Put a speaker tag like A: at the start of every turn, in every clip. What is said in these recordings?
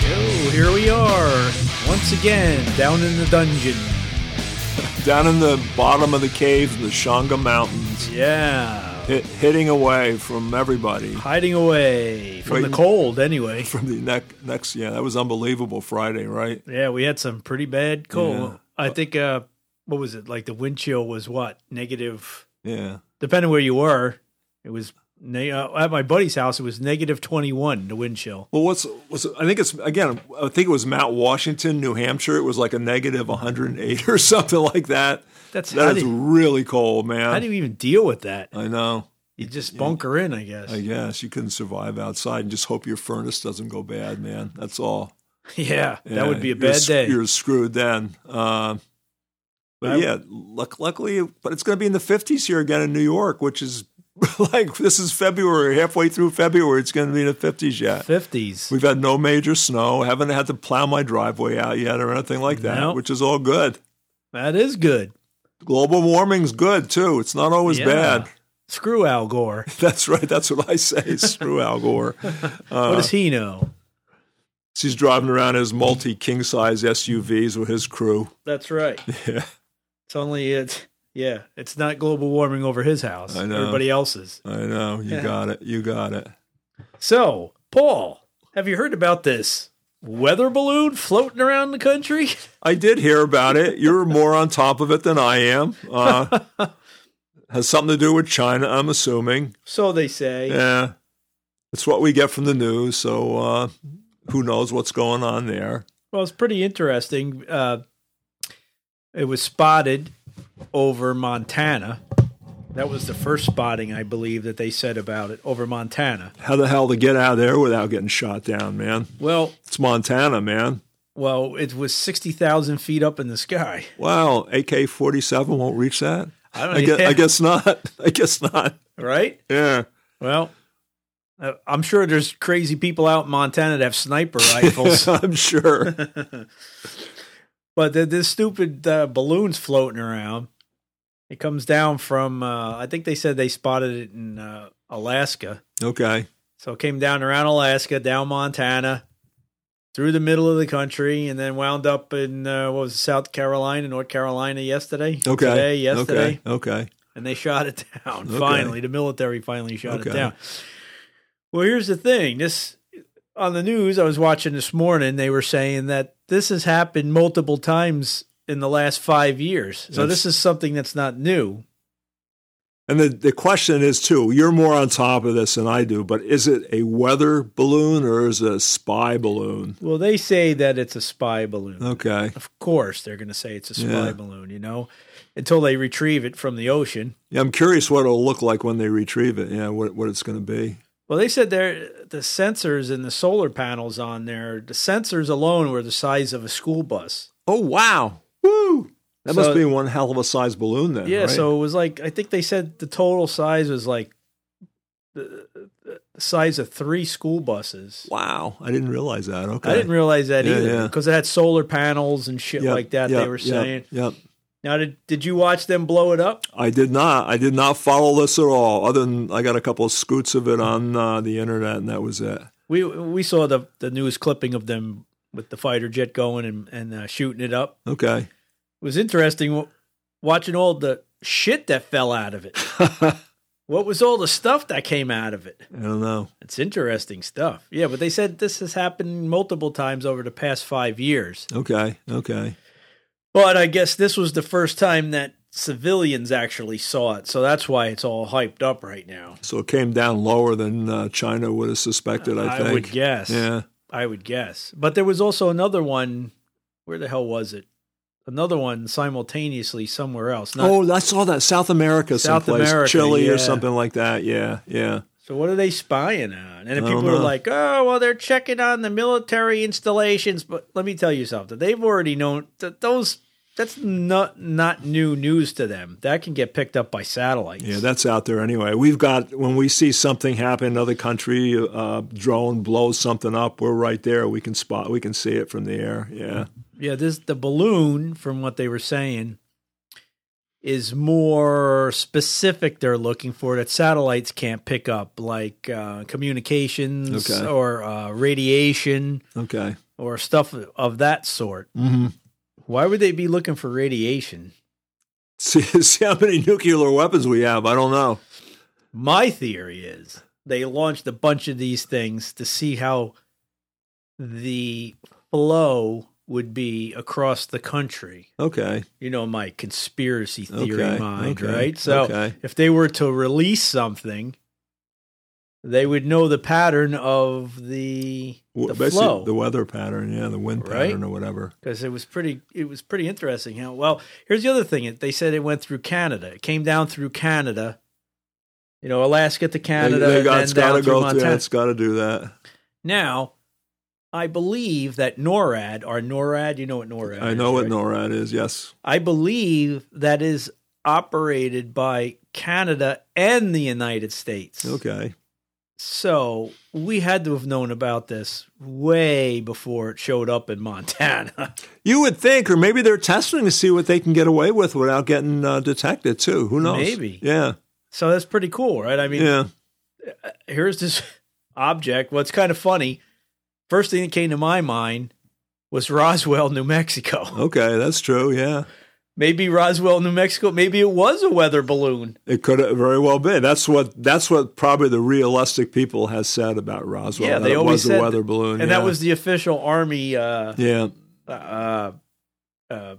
A: here we are once again down in the dungeon.
B: Down in the bottom of the cave in the Shanga Mountains,
A: Yeah,
B: hit, hitting away from everybody.
A: hiding away from the
B: Wait.
A: cold. Anyway,
B: From the neck, next, yeah, that was unbelievable Friday, right?
A: yeah, we had some pretty bad cold.
B: Yeah.
A: I think uh, what was it? Like the wind chill was what negative?
B: Yeah.
A: Depending where you were, it was. Ne- uh, at my buddy's house, it was negative twenty one. The wind chill.
B: Well, what's, what's I think it's again, I think it was Mount Washington, New Hampshire. It was like a negative 108 or something like that.
A: That's how
B: That
A: do,
B: is
A: you-
B: really cold,
A: how
B: man.
A: do you even deal with that?
B: I know.
A: You just bunker in, I guess.
B: I guess you couldn't survive outside and just hope your furnace doesn't go bad, man. That's all.
A: yeah,
B: Yeah,
A: that would be a
B: you're
A: bad
B: sc-
A: day.
B: You're screwed then. Um, but
A: I-
B: yeah, luck, luckily, but it's going to be in the 50s here again in New York, which is like this is February, halfway through February, it's going to be in the 50s yet.
A: Fifties.
B: We've had no major snow, haven't had to plow my driveway out yet or anything like that,
A: Nope.
B: which is all good.
A: That is good.
B: Global warming's good too. It's not always
A: Yeah.
B: bad.
A: Screw Al Gore.
B: That's right. That's what I say. Screw Al Gore. Uh,
A: what does he know?
B: He's driving around his multi king size SUVs with his crew.
A: That's right.
B: Yeah.
A: It's only it. Yeah, it's not global warming over his house.
B: I know.
A: Everybody else's.
B: I know. You
A: Yeah.
B: got it. You got it.
A: So, Paul, have you heard about this weather balloon floating around the country?
B: I did hear about it. You're more on top of it than I am. Uh, has something to do with China, I'm assuming.
A: So they say.
B: Yeah. It's what we get from the news. So uh, who knows what's going on there?
A: Well, it's pretty interesting. Uh, it was spotted over Montana. That was the first spotting, I believe, that they said about it over Montana.
B: How the hell to get out of there without getting shot down, man?
A: Well,
B: It's Montana, man.
A: well, it was sixty thousand feet up in the sky.
B: Wow. AK 47 won't reach that?
A: I don't
B: I guess,
A: yeah,
B: I guess not. I guess not.
A: right.
B: Yeah.
A: Well, uh, I'm sure there's crazy people out in Montana that have sniper rifles,
B: I'm sure.
A: but th- this stupid uh, balloon's floating around. It comes down from, uh, I think they said they spotted it in uh, Alaska.
B: Okay.
A: So it came down around Alaska, down Montana, through the middle of the country, and then wound up in, uh, what was it, South Carolina, North Carolina yesterday?
B: Okay.
A: Today, yesterday.
B: Okay. Okay.
A: and they shot it down.
B: Okay.
A: Finally, the military finally shot it
B: Okay.
A: down. Well, here's the thing. This on the news I was watching this morning, they were saying that this has happened multiple times in the last 5 years. So
B: That's-
A: this is something that's not new.
B: And the, the question is too, you're more on top of this than I do, but is it a weather balloon or is it a spy balloon?
A: Well, they say that it's a spy balloon.
B: Okay.
A: Of course, they're going to say it's a spy
B: Yeah.
A: balloon, you know, until they retrieve it from the ocean.
B: Yeah, I'm curious what it'll look like when they retrieve it. Yeah, what what it's going to be.
A: Well, they said there the sensors and the solar panels on there, the sensors alone were the size of a school bus.
B: Oh wow! Woo! That
A: So-
B: must be one hell of a size balloon then.
A: Yeah,
B: right?
A: so it was like I think they said the total size was like the, the size of three school buses.
B: wow, I didn't realize that. Okay,
A: I didn't realize that
B: Yeah,
A: either
B: yeah.
A: because it had solar panels and shit
B: Yep,
A: like that.
B: yep,
A: they were
B: yep,
A: saying.
B: Yep,
A: Now, did did you watch them blow it up?
B: I did not. I did not follow this at all. Other than I got a couple of scoots of it on uh, the internet, and that was it.
A: We we saw the the news clipping of them with the fighter jet going and and uh, shooting it up.
B: Okay.
A: It was interesting w- watching all the shit that fell out of it.
B: I
A: What was all the stuff that came out of it?
B: don't know.
A: It's interesting stuff. Yeah, but they said this has happened multiple times over the past five years.
B: Okay. Okay.
A: But I guess this was the first time that civilians actually saw it. So that's why it's all hyped up right now.
B: So it came down lower than uh, China would have suspected, I think.
A: would guess.
B: Yeah.
A: I would guess. But there was also another one. Where the hell was it? Another one simultaneously somewhere else. Not,
B: oh, I saw that South America,
A: South
B: someplace,
A: America,
B: Chile
A: yeah.
B: or something like that. Yeah, yeah.
A: So what are they spying on? And if
B: I
A: people
B: don't
A: are
B: know.
A: like, "Oh, well, they're checking on the military installations," but let me tell you something: they've already known that those that's not not new news to them. That can get picked up by satellites.
B: Yeah, that's out there anyway. We've got when we see something happen in another country, uh, drone blows something up, we're right there. We can spot, we can see it from the air. Yeah,
A: yeah. This the balloon, from what they were saying, is more specific. They're looking for that satellites can't pick up, like uh, communications
B: Okay.
A: or uh, radiation.
B: okay.
A: or stuff of that sort.
B: Mm-hmm.
A: Why would they be looking for radiation?
B: See, see how many nuclear weapons we have. I don't know.
A: My theory is they launched a bunch of these things to see how the flow would be across the country.
B: Okay.
A: You know, my conspiracy theory
B: Okay,
A: mind,
B: okay,
A: right? So
B: okay.
A: if they were to release something, they would know the pattern of the,
B: W-
A: the
B: basically,
A: flow.
B: the weather pattern, yeah, the wind
A: Right?
B: pattern or whatever.
A: because it was pretty it was pretty interesting how well here's the other thing it- they said it went through canada it came down through canada you know alaska to canada
B: they, they got,
A: and
B: it's
A: then
B: got
A: down
B: to
A: through
B: go through.
A: montana
B: It's got to do that.
A: now i believe that norad or norad you know what norad
B: I
A: is,
B: know what
A: right?
B: NORAD is. Yes.
A: i believe that is operated by canada and the united states
B: Okay.
A: so we had to have known about this way before it showed up in montana
B: You would think, or maybe they're testing to see what they can get away with without getting uh, detected too. Who knows?
A: Maybe.
B: Yeah.
A: so that's pretty cool right i mean
B: yeah.
A: here's this object. What's kind of funny, first thing that came to my mind was Roswell, New Mexico.
B: Okay. That's true. Yeah.
A: Maybe Roswell, New Mexico, maybe it was a weather balloon.
B: It could have very well been. That's what. That's what probably the realistic people has said about Roswell.
A: Yeah,
B: that
A: they
B: it
A: always
B: was
A: said
B: a weather
A: that-
B: balloon,
A: And
B: yeah.
A: that was the official Army uh,
B: Yeah.
A: uh, uh,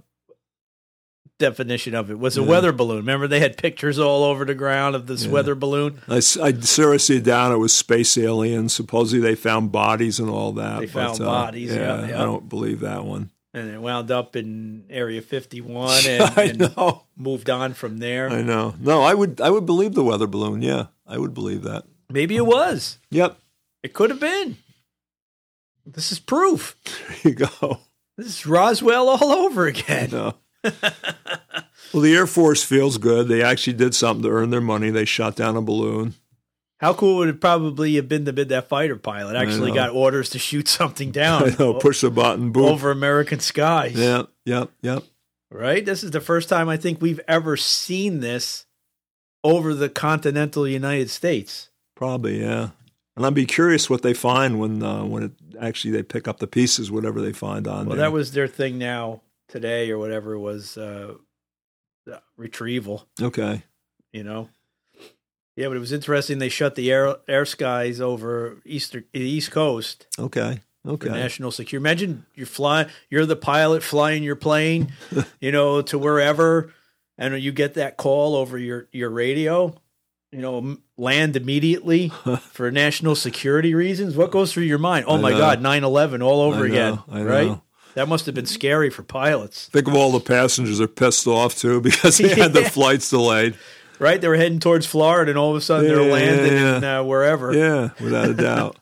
A: definition of it was a
B: Yeah.
A: weather balloon. Remember, they had pictures all over the ground of this
B: Yeah.
A: weather balloon.
B: I, s- I seriously doubt it was space aliens. Supposedly they found bodies and all that. uh,
A: They found bodies, yeah, yeah.
B: I don't believe that one.
A: And it wound up in Area 51 and,
B: I
A: and
B: know.
A: moved on from there.
B: I know. No, I would. I would believe the weather balloon. Yeah, I would believe that.
A: Maybe it was.
B: Yep.
A: It could have been. This is proof.
B: There you go.
A: This is Roswell all over again.
B: No. well, the Air Force feels good. They actually did something to earn their money. They shot down a balloon.
A: How cool would it probably have been to be that fighter pilot actually
B: know.
A: got orders to shoot something down
B: I know.
A: o-
B: Push the button. Boom.
A: over American skies?
B: Yeah. Yep. Yep.
A: Right? This is the first time I think we've ever seen this over the continental United States.
B: Probably. Yeah. And I'd be curious what they find when uh, when it actually they pick up the pieces, whatever they find on
A: Well,
B: there.
A: that was their thing now today or whatever was uh, uh, retrieval,
B: okay.
A: you know? Yeah, but it was interesting. They shut the air, air skies over Eastern, the East Coast.
B: Okay.
A: for
B: Okay.
A: national security. Imagine you're flying, you're the pilot flying your plane, you know, to wherever, and you get that call over your your radio, you know, m- land immediately for national security reasons. What goes through your mind? Oh
B: I
A: my
B: know.
A: God, 9-11 all over
B: I know,
A: again,
B: I
A: right?
B: know.
A: That must have been scary for pilots,
B: Think of all the passengers are pissed off too because they had their
A: Yeah.
B: flights delayed.
A: right? They were heading towards Florida, and all of a sudden they're
B: Yeah,
A: landing
B: yeah,
A: in uh, wherever. Yeah,
B: Yeah, without a doubt.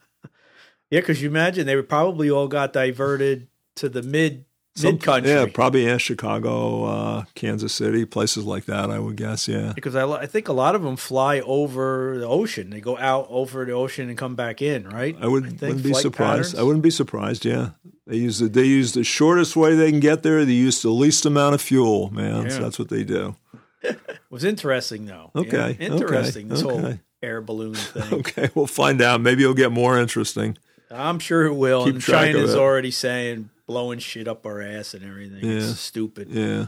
A: because you imagine they were probably all got diverted to the mid mid country.
B: Yeah, probably yeah, Chicago, uh, Kansas City, places like that. I would guess. Yeah.
A: because I, lo- I think a lot of them fly over the ocean. They go out over the ocean and come back in, right?
B: I wouldn't,
A: think
B: wouldn't be
A: flight
B: surprised.
A: patterns-
B: I wouldn't be surprised. Yeah, they use the they use the shortest way they can get there. They use the least amount of fuel, man.
A: Yeah.
B: So that's what they do.
A: It was interesting though.
B: Okay,
A: interesting
B: okay,
A: this whole
B: okay.
A: air balloon thing.
B: Okay, we'll find out. Maybe it'll get more interesting.
A: I'm sure it will.
B: Keep
A: and
B: track of
A: China's
B: it.
A: already saying blowing shit up our ass and everything.
B: Yeah.
A: It's stupid.
B: Yeah,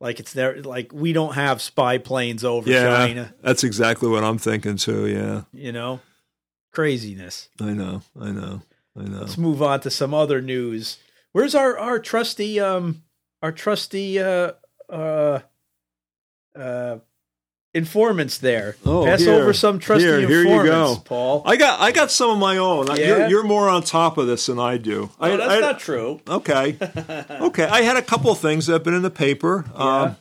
A: Like it's there. Like we don't have spy planes over
B: yeah.
A: China.
B: That's exactly what I'm thinking too. Yeah,
A: You know, craziness.
B: I know, I know, I know.
A: Let's move on to some other news. Where's our our trusty um our trusty uh uh uh informants there?
B: Oh,
A: Pass
B: here.
A: over some trusty
B: Here, here you
A: informants,
B: go.
A: Paul.
B: I got I got some of my own.
A: Yeah?
B: You're, you're more on top of this than I do. I,
A: no, Oh, that's
B: I-
A: not true.
B: Okay. okay. I had a couple of things that have been in the paper. Um,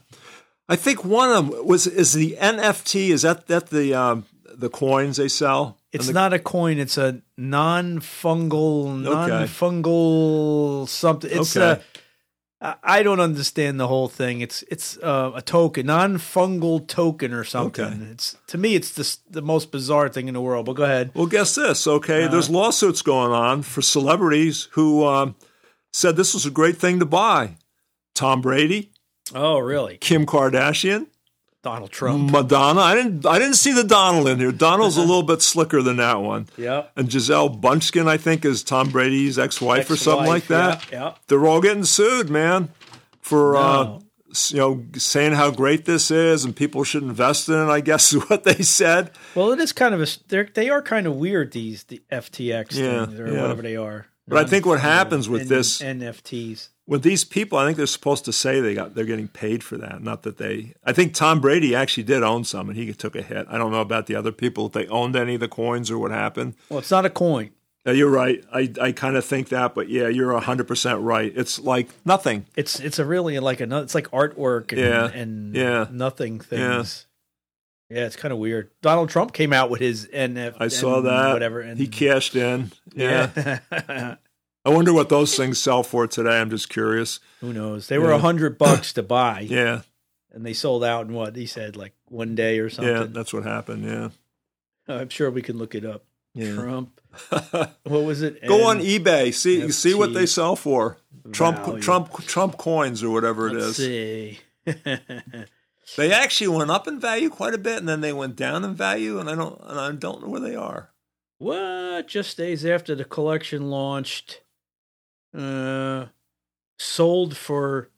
B: I think one of them was is the NFT. Is that that the um, the coins they sell?
A: It's not a coin. It's a non-fungal, non-fungal something. It's uh,
B: Okay.
A: a. I- I don't understand the whole thing. It's it's uh, a token, non-fungal token or something.
B: Okay.
A: It's to me, it's the s- the most bizarre thing in the world. But go ahead.
B: Well, guess this. Okay,
A: Uh.
B: there's lawsuits going on for celebrities who um, said this was a great thing to buy. Tom Brady,
A: Oh, really?
B: Kim Kardashian,
A: Donald Trump.
B: Madonna. I didn't. I didn't see the Donald in here. Donald's a little bit slicker than that one.
A: Yeah.
B: And Giselle Bunchkin, I think, is Tom Brady's ex-wife, or something like that.
A: Yeah. yeah.
B: They're all getting sued, man, for uh,
A: No.
B: s- you know saying how great this is and people should invest in it. I guess is what they said.
A: Well, it is kind of a they're, they are kind of weird these the FTX
B: Yeah,
A: things or
B: yeah.
A: whatever they are.
B: But I think what happens with
A: N-
B: this
A: NFTs.
B: with these people, I think they're supposed to say they got they're getting paid for that. Not that they. I think Tom Brady actually did own some, and he took a hit. I don't know about the other people if they owned any of the coins or what happened.
A: Well, it's not a coin.
B: Yeah, you're right. I, I kind of think that, but yeah, you're hundred percent right. It's like nothing.
A: It's it's a really like another. It's like artwork and
B: Yeah,
A: and
B: yeah.
A: nothing things. Yeah. it's kind of weird. Donald Trump came out with his NF.
B: I saw that.
A: whatever.
B: he cashed in. Yeah.
A: yeah.
B: I wonder what those things sell for today. I'm just curious.
A: Who knows? They were
B: Yeah.
A: a hundred bucks to buy,
B: Yeah,
A: and they sold out in what he said, like one day or
B: yeah,
A: something.
B: that's what happened. Yeah.
A: I'm sure we can look it up.
B: Yeah.
A: Trump, what was it?
B: Go on
A: N-
B: eBay. See
A: NFT
B: see what they sell for. Trump
A: value.
B: Trump Trump coins or whatever it
A: Let's
B: is.
A: see.
B: They actually went up in value quite a bit, and then they went down in value, and I don't and I don't know where they are.
A: what? Just days after the collection launched, uh, sold for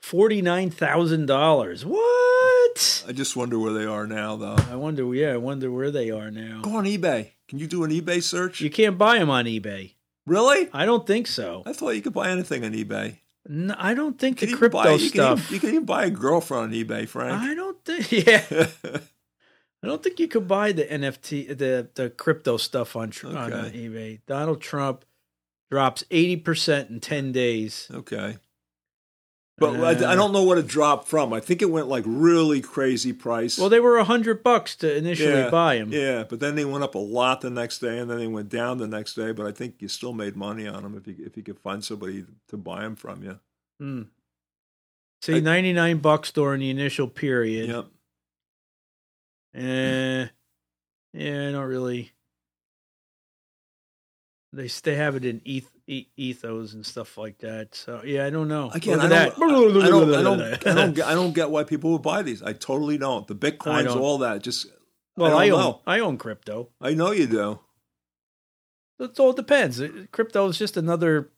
A: forty nine thousand dollars. What?
B: I just wonder where they are now, though.
A: I wonder. Yeah, I wonder where they are now.
B: Go on eBay. Can you do an eBay search?
A: You can't buy them on eBay.
B: Really?
A: I don't think so.
B: I thought you could buy anything on eBay.
A: No, I don't think
B: You
A: the
B: can
A: crypto
B: buy, you
A: stuff.
B: Can even, you can even buy a girlfriend on eBay, Frank.
A: I don't think. Yeah, I don't think you could buy the NFT, the the crypto stuff on tr- on
B: Okay.
A: eBay. Donald Trump drops eighty percent in ten days.
B: okay. But
A: Uh,
B: I, I don't know what it dropped from. I think it went like really crazy price.
A: Well, they were a hundred bucks to initially
B: Yeah,
A: buy him.
B: Yeah, but then they went up a lot the next day, and then they went down the next day. But I think you still made money on them if you if you could find somebody to buy them from you.
A: Hmm. See,
B: I-
A: ninety nine bucks during the initial period.
B: Yep.
A: Eh, yeah, I don't really. They s- they have it in eth, e- ethos and stuff like that. So yeah, I don't know.
B: Again, I
A: Look at
B: don't, I,
A: that.
B: I don't, I don't, I don't, get- I don't get why people would buy these. I totally don't. The
A: I
B: bitcoins,
A: don't.
B: all that, just
A: Well,
B: I
A: I,
B: don't
A: own
B: know.
A: I own crypto.
B: I know you do.
A: It all depends. It- Crypto is just another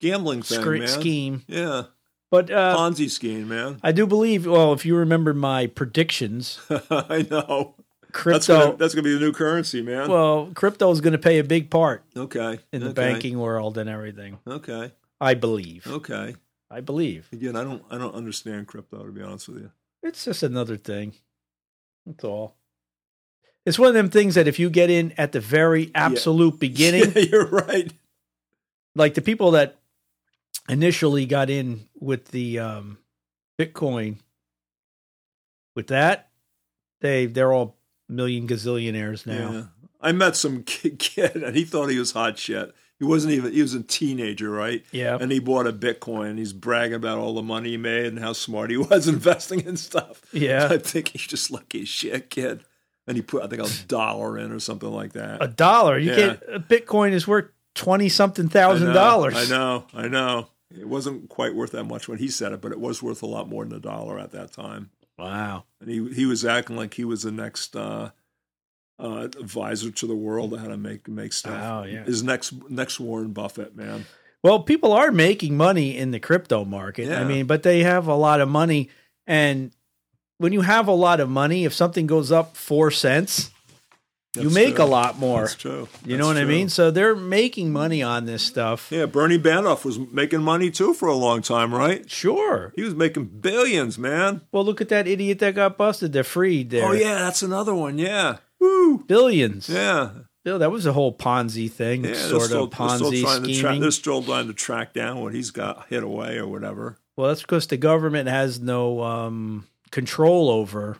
B: Gambling thing,
A: scre-
B: man.
A: scheme,
B: Yeah,
A: but uh,
B: Ponzi scheme, man.
A: I do believe. Well, if you remember my predictions,
B: I know. That's
A: crypto.
B: gonna, that's gonna be the new currency, man.
A: well, crypto is going to play a big part
B: okay.
A: in the
B: okay,
A: banking world and everything.
B: Okay.
A: I believe.
B: Okay.
A: I believe.
B: Again, I don't, I don't understand crypto to be honest with you.
A: It's just another thing. That's all. It's one of them things that if you get in at the very absolute beginning,
B: Yeah, you're right.
A: like the people that initially got in with the um, Bitcoin, with that, they they're all million gazillionaires now.
B: Yeah. I met some ki- kid and he thought he was hot shit. He wasn't even, he was a teenager, right?
A: Yeah.
B: And he bought a Bitcoin and he's bragging about all the money he made and how smart he was investing in stuff.
A: Yeah.
B: I think he's just lucky as shit, kid. And he put, I think, a dollar in or something like that.
A: A dollar, you
B: Yeah.
A: can't. a Bitcoin is worth twenty something
B: I know,
A: thousand dollars.
B: I know, I know. It wasn't quite worth that much when he said it, but it was worth a lot more than a dollar at that time.
A: Wow.
B: and he he was acting like he was the next uh, uh, advisor to the world on how to make make stuff.
A: Oh, yeah.
B: his next next Warren Buffett man.
A: Well, people are making money in the crypto market.
B: Yeah.
A: I mean, but they have a lot of money. And when you have a lot of money, if something goes up four cents, you
B: That's
A: make
B: true.
A: a lot more.
B: That's true.
A: You know what
B: That's
A: I
B: true.
A: mean? So they're making money on this stuff.
B: Yeah, Bernie Banoff was making money too for a long time, right?
A: Sure.
B: He was making billions, man.
A: Well, look at that idiot that got busted. They're freed there.
B: Oh yeah, that's another one. Yeah, woo.
A: Billions.
B: Yeah,
A: Bill, that was a whole Ponzi thing,
B: yeah.
A: sort of Ponzi
B: trying to track.
A: scheming.
B: They're still trying to track down what he's got hid away or whatever.
A: Well, that's because the government has no um, control over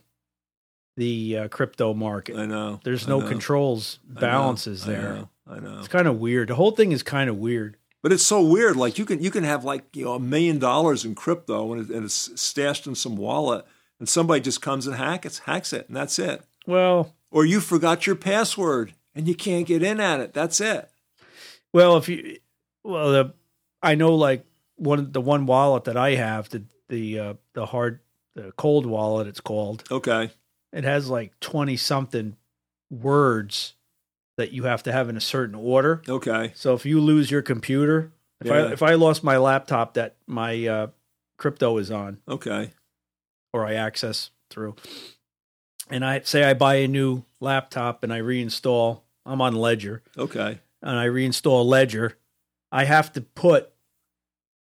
A: the uh, crypto market.
B: I know.
A: There's
B: I
A: no
B: know,
A: controls,
B: I know,
A: balances
B: I
A: there.
B: know, I know.
A: It's kind of weird. The whole thing is kind of weird.
B: But it's so weird. Like you can you can have like you know a million dollars in crypto and, it, and it's stashed in some wallet, and somebody just comes and hack it, hacks it, and that's it.
A: Well,
B: Or you forgot your password and you can't get in at it. That's it.
A: well, if you, well, the, I know like one the one wallet that I have the the uh, the hard the cold wallet. It's called.
B: Okay.
A: It has like twenty something words that you have to have in a certain order.
B: Okay.
A: So if you lose your computer, if I
B: Yeah.
A: if I lost my laptop that my uh, crypto is on
B: Okay.
A: or I access through, and I say I buy a new laptop and I reinstall, I'm on Ledger
B: Okay.
A: and I reinstall Ledger, I have to put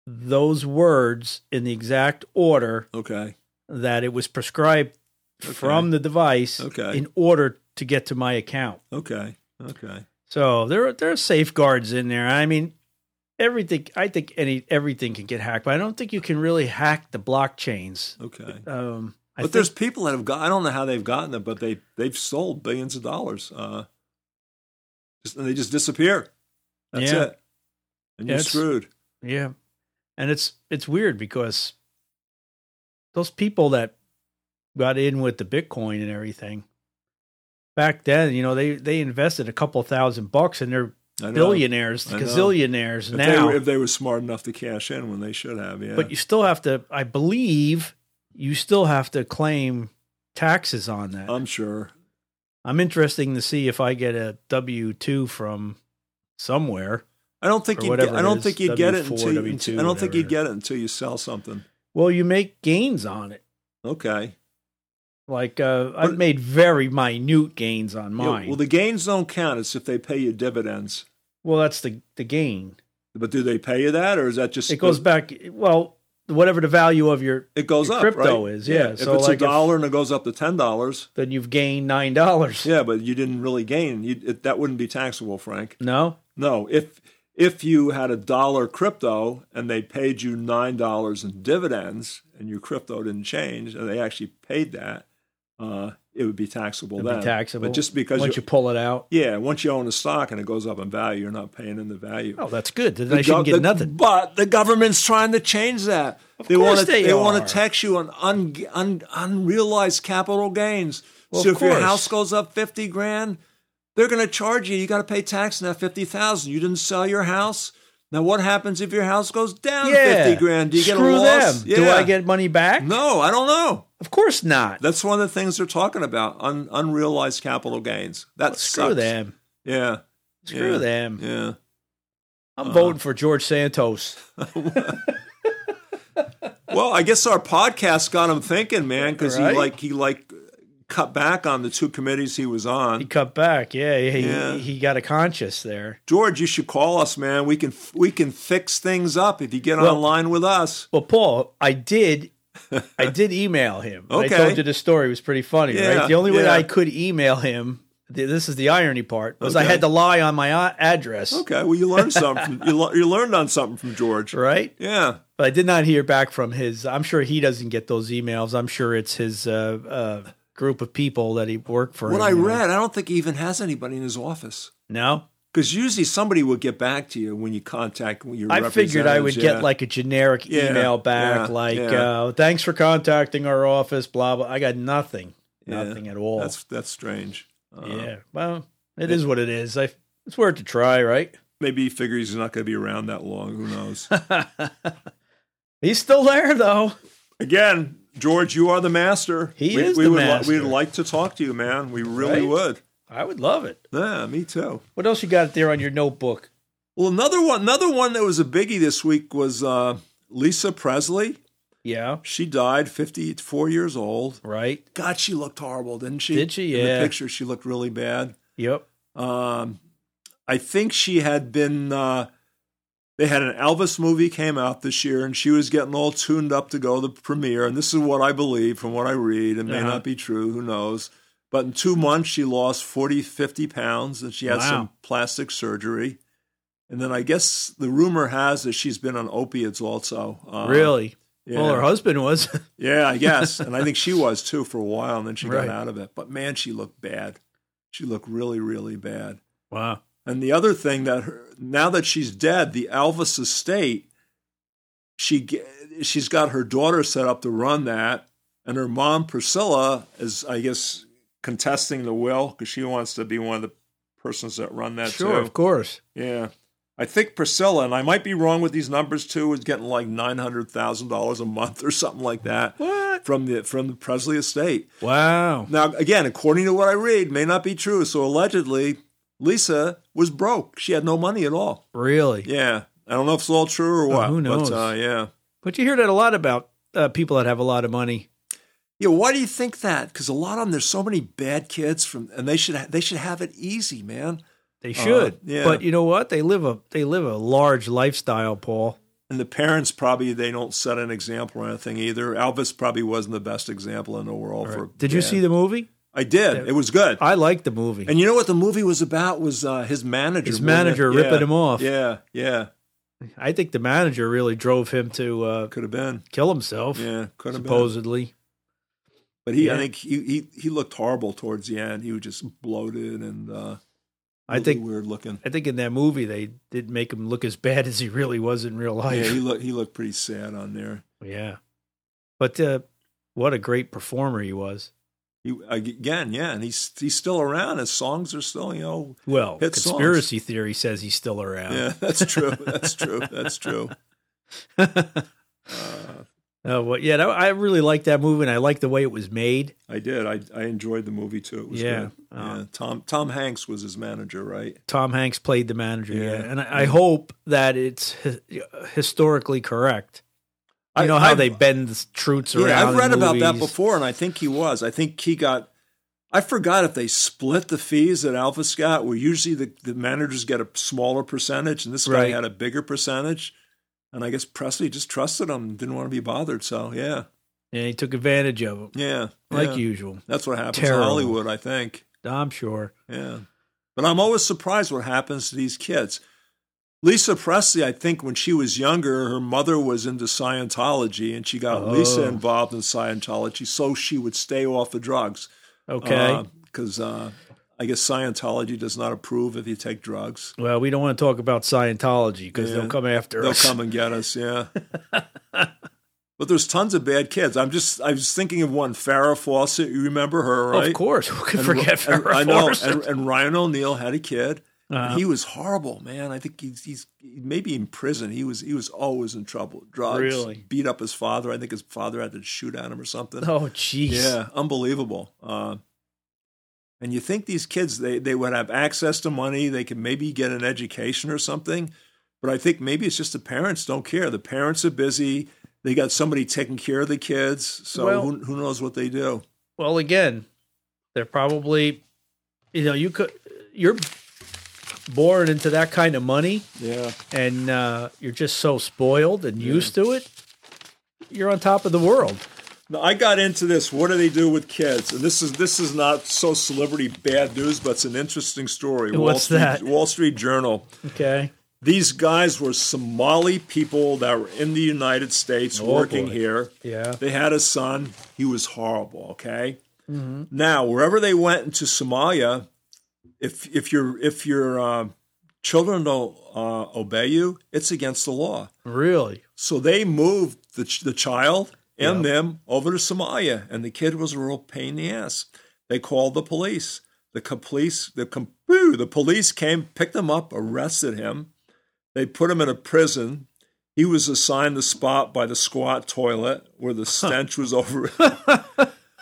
A: those words in the exact order
B: Okay.
A: that it was prescribed from the device
B: Okay.
A: in order to get to my account.
B: Okay. Okay.
A: So there are, there are safeguards in there. I mean, everything. I think any everything can get hacked, but I don't think you can really hack the blockchains.
B: Okay.
A: Um, I
B: but
A: think,
B: there's people that have got. I don't know how they've gotten it, but they they've sold billions of dollars. Uh, just, and they just disappear. That's
A: Yeah.
B: it. And you're
A: Yeah, it's-
B: screwed.
A: yeah, and it's it's weird because those people that got in with the Bitcoin and everything back then, you know, they they invested a couple thousand bucks and they're
B: I know.
A: billionaires,
B: I know.
A: gazillionaires
B: If they,
A: now.
B: were, if they were smart enough to cash in when they should have, yeah.
A: But you still have to, I believe, you still have to claim taxes on that.
B: I'm sure.
A: I'm interesting to see if I get a W two from somewhere.
B: I don't think
A: Or
B: you.
A: whatever
B: I
A: it
B: don't
A: is,
B: think you'd get it
A: W4,
B: until. you-
A: W2,
B: I don't think you'd
A: whatever.
B: get it until you sell something.
A: Well, you make gains on it.
B: Okay.
A: Like uh, I've
B: But-
A: made very minute gains on
B: Yeah,
A: mine.
B: well,
A: well,
B: the gains don't count. It's if they pay you dividends.
A: that's the the gain.
B: But do they pay you that, or is that just
A: It goes back. Well, whatever the value of your,
B: It goes
A: your
B: up.
A: crypto
B: right?
A: is, yeah.
B: If
A: So,
B: it's
A: like, if-
B: a dollar and it goes up to ten dollars,
A: then you've gained nine dollars.
B: yeah, but you didn't really gain. You, it, that wouldn't be taxable, Frank.
A: No,
B: No, if if you had a dollar crypto and they paid you nine dollars in dividends and your crypto didn't change and they actually paid that, uh, it would be taxable
A: it'd
B: then.
A: be taxable.
B: But just because
A: once you,
B: you,
A: pull it out,
B: yeah, once you own a stock and it goes up in value, you're not paying in the value.
A: oh, that's good. Then
B: The
A: I shouldn't
B: gov-
A: get
B: the-
A: nothing.
B: But the government's trying to change that. they
A: course
B: want to
A: they
B: they, want
A: are.
B: to tax you on un, un, unrealized capital gains.
A: Well,
B: so
A: of
B: if your
A: course.
B: house goes up 50 grand, they're going to charge you. You got to pay tax on that 50,000. You didn't sell your house. Now what happens if your house goes down 50 grand? Do you
A: Screw
B: get a loss?
A: them. Do I get money back?
B: No, I don't know.
A: Of course not.
B: That's one of the things they're talking about, un, unrealized capital gains. That
A: Screw
B: sucks.
A: them.
B: Yeah.
A: Screw
B: Yeah.
A: them.
B: Yeah.
A: I'm voting for George Santos.
B: Well, I guess our podcast got him thinking, man, because
A: Right?
B: he like he like cut back on the two committees he was
A: He
B: on.
A: cut back. Yeah, yeah, he,
B: Yeah.
A: he got a conscience there.
B: George, you should call us, man. We can we can fix things up if you get
A: Well-
B: online with us.
A: Well, Paul, I did, I did email him. And I
B: Okay.
A: told you the story was pretty funny,
B: Yeah,
A: right? The only way
B: yeah.
A: I could email him, th- this is the irony part, was I
B: Okay.
A: had to lie on my a- address,
B: Okay, well, you learned something. you, le- you learned on something from George.
A: right?
B: Yeah,
A: But I did not hear back from his. I'm sure he doesn't get those emails. I'm sure it's his uh, uh, group of people that he worked for.
B: what
A: him,
B: I
A: you know.
B: read, I don't think he even has anybody in his office.
A: No,
B: Because usually somebody will get back to you when you contact when your
A: I figured I would
B: representatives,
A: get
B: yeah.
A: like a generic
B: Yeah,
A: email back,
B: yeah,
A: like
B: yeah.
A: Uh, "Thanks for contacting our office." Blah blah. I got nothing,
B: Yeah,
A: nothing at all.
B: that's that's strange. Uh,
A: yeah. Well, it is what it is. I, it's worth a try, right?
B: Maybe he figures he's not going to be around that long. Who knows?
A: He's still there though.
B: Again, George, you are the master.
A: He is
B: we
A: the
B: would li-
A: master.
B: we'd like to talk to you, man. We really
A: Right?
B: would.
A: I would love it.
B: Yeah, me too.
A: What else you got there on your notebook?
B: Well, another one, another one that was a biggie this week was uh, Lisa Presley.
A: Yeah.
B: She died, fifty-four years old.
A: Right.
B: God, she looked horrible, didn't she?
A: Did she?
B: In
A: Yeah.
B: the picture, she looked really bad.
A: Yep.
B: Um, I think she had been. Uh, they had an Elvis movie came out this year, and she was getting all tuned up to go to the premiere. And this is what I believe from what I read. It may
A: Uh-huh.
B: not be true. Who knows? But in two months, she lost 40, 50 pounds, and she had
A: Wow.
B: some plastic surgery. And then I guess the rumor has that she's been on opiates also. Uh,
A: really?
B: Yeah.
A: Well, her husband was.
B: Yeah, I guess. and I think she was too for a while, and then she
A: Right.
B: got out of it. But man, she looked bad. She looked really, really bad.
A: wow.
B: And the other thing that her, now that she's dead, the Elvis estate, she ge- she's got her daughter set up to run that, and her mom Priscilla is, I guess, contesting the will because she wants to be one of the persons that run that
A: Sure.
B: too.
A: Of course.
B: Yeah, I think Priscilla, and I might be wrong with these numbers too, is getting like nine hundred thousand dollars a month or something like that
A: What?
B: from the from the Presley estate.
A: Wow.
B: Now, again, according to what I read, may not be true. So allegedly, Lisa was broke. She had no money at all.
A: Really?
B: Yeah, I don't know if it's all true or what.
A: Oh, who knows?
B: But, uh, yeah,
A: But you hear that a lot about uh, people that have a lot of money.
B: yeah. Why do you think that? Because a lot of them, there's so many bad kids from, and they should ha- they should have it easy, man.
A: They should.
B: Uh-huh. yeah.
A: But you know what? They live a they live a large lifestyle, Paul.
B: And the parents probably they don't set an example or anything either. Elvis probably wasn't the best example in the world for.
A: Did you
B: bad-
A: see the movie?
B: I did. It was good.
A: I liked the movie.
B: And you know what the movie was about was uh, his manager.
A: His manager
B: wasn't it?
A: ripping
B: Yeah.
A: him off.
B: Yeah, yeah,
A: I think the manager really drove him to uh,
B: could have been.
A: kill himself.
B: Yeah, could have been.
A: supposedly.
B: But he, I
A: Yeah.
B: think he, he he looked horrible towards the end. He was just bloated and uh,
A: I
B: really
A: think-
B: weird looking.
A: I think in that movie they did make him look as bad as he really was in real
B: Yeah, he
A: life.
B: looked he looked pretty sad on there.
A: Yeah. But uh, what a great performer he was.
B: He again, yeah, and he's he's still around. His songs are still, you know.
A: Well,
B: Hit songs.
A: conspiracy theory says he's still around.
B: Yeah, that's true. That's true. That's true. Uh,
A: Oh, well, yeah, that, I really liked that movie, and I liked the way it was made.
B: I did. I I enjoyed the movie too. It was
A: Yeah. Oh.
B: good. yeah. Tom Tom Hanks was his manager, right?
A: Tom Hanks played the manager, yeah,
B: Yeah.
A: and I, I hope that it's hi- historically correct. You
B: I-
A: know how
B: I've-
A: they bend the truths around.
B: Yeah, I've
A: in
B: read about that
A: movies.
B: before, and I think he was. I think he got. I forgot if they split the fees that Alpha Scott, where usually the, the managers get a smaller percentage, and this guy
A: Right.
B: had a bigger percentage. And I guess Presley just trusted him, didn't want to be bothered. So yeah,
A: and he took advantage of them,
B: yeah,
A: like
B: yeah.
A: usual.
B: That's what happens
A: Terrible.
B: in Hollywood, I think.
A: I'm sure.
B: Yeah. But I'm always surprised what happens to these kids. Lisa Presley, I think when she was younger, her mother was into Scientology and she got
A: Oh.
B: Lisa involved in Scientology so she would stay off the drugs.
A: Okay.
B: Because uh, I guess Scientology does not approve if you take drugs.
A: well, we don't want to talk about Scientology because
B: Yeah.
A: they'll come after
B: They'll
A: us.
B: come and get us, yeah. but there's tons of bad kids. I'm just, I was thinking of one, Farrah Fawcett. You remember her, right?
A: Of course, who can
B: And-
A: forget
B: and-
A: Farrah
B: I know.
A: Fawcett?
B: And, and Ryan O'Neal had a kid.
A: Uh-huh.
B: And he was horrible, man. I think he's, he's maybe in prison. He was he was always in trouble. Drugs.
A: Really?
B: Beat up his father. I think his father had to shoot at him or something.
A: Oh, jeez.
B: Yeah, unbelievable. Uh, and you think these kids they they would have access to money? They can maybe get an education or something. But I think maybe it's just the parents don't care. The parents are busy. They got somebody taking care of the kids. So
A: Well-
B: who, who knows what they do?
A: Well, again, they're probably, you know, you could, you're born into that kind of money
B: Yeah.
A: and uh, you're just so spoiled and used to it. You're on top of the world.
B: Now, I got into this. What do they do with kids? And this is this is not so celebrity bad news, but it's an interesting story. Wall
A: What's
B: Street,
A: that?
B: Wall Street Journal.
A: Okay.
B: These guys were Somali people that were in the United States working
A: Oh, boy.
B: here.
A: Yeah.
B: They had a son. He was horrible. Okay.
A: Mm-hmm.
B: Now, wherever they went into Somalia, if if your if your uh, children don't uh, obey you, it's against the law.
A: Really?
B: So they moved the, ch- the child and them over to Somalia, and the kid was a real pain in the ass. They called the police. The co- police, the com- whew, the police came, picked him up, arrested him. They put him in a prison. He was assigned the spot by the squat toilet where the stench was over.